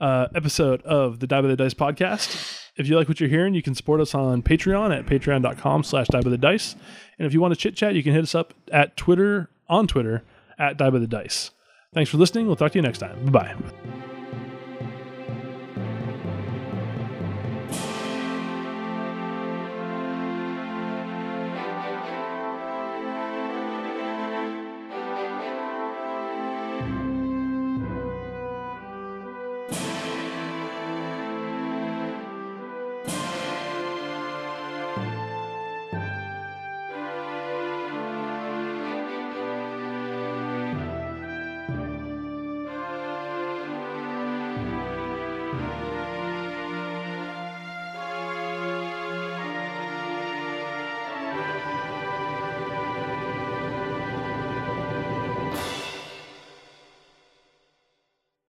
[SPEAKER 1] Uh, episode of the Die by the Dice podcast. If you like what you're hearing, you can support us on Patreon at patreon.com slash die by the dice. And if you want to chit chat, you can hit us up at Twitter on Twitter at die by the dice. Thanks for listening. We'll talk to you next time. Bye bye.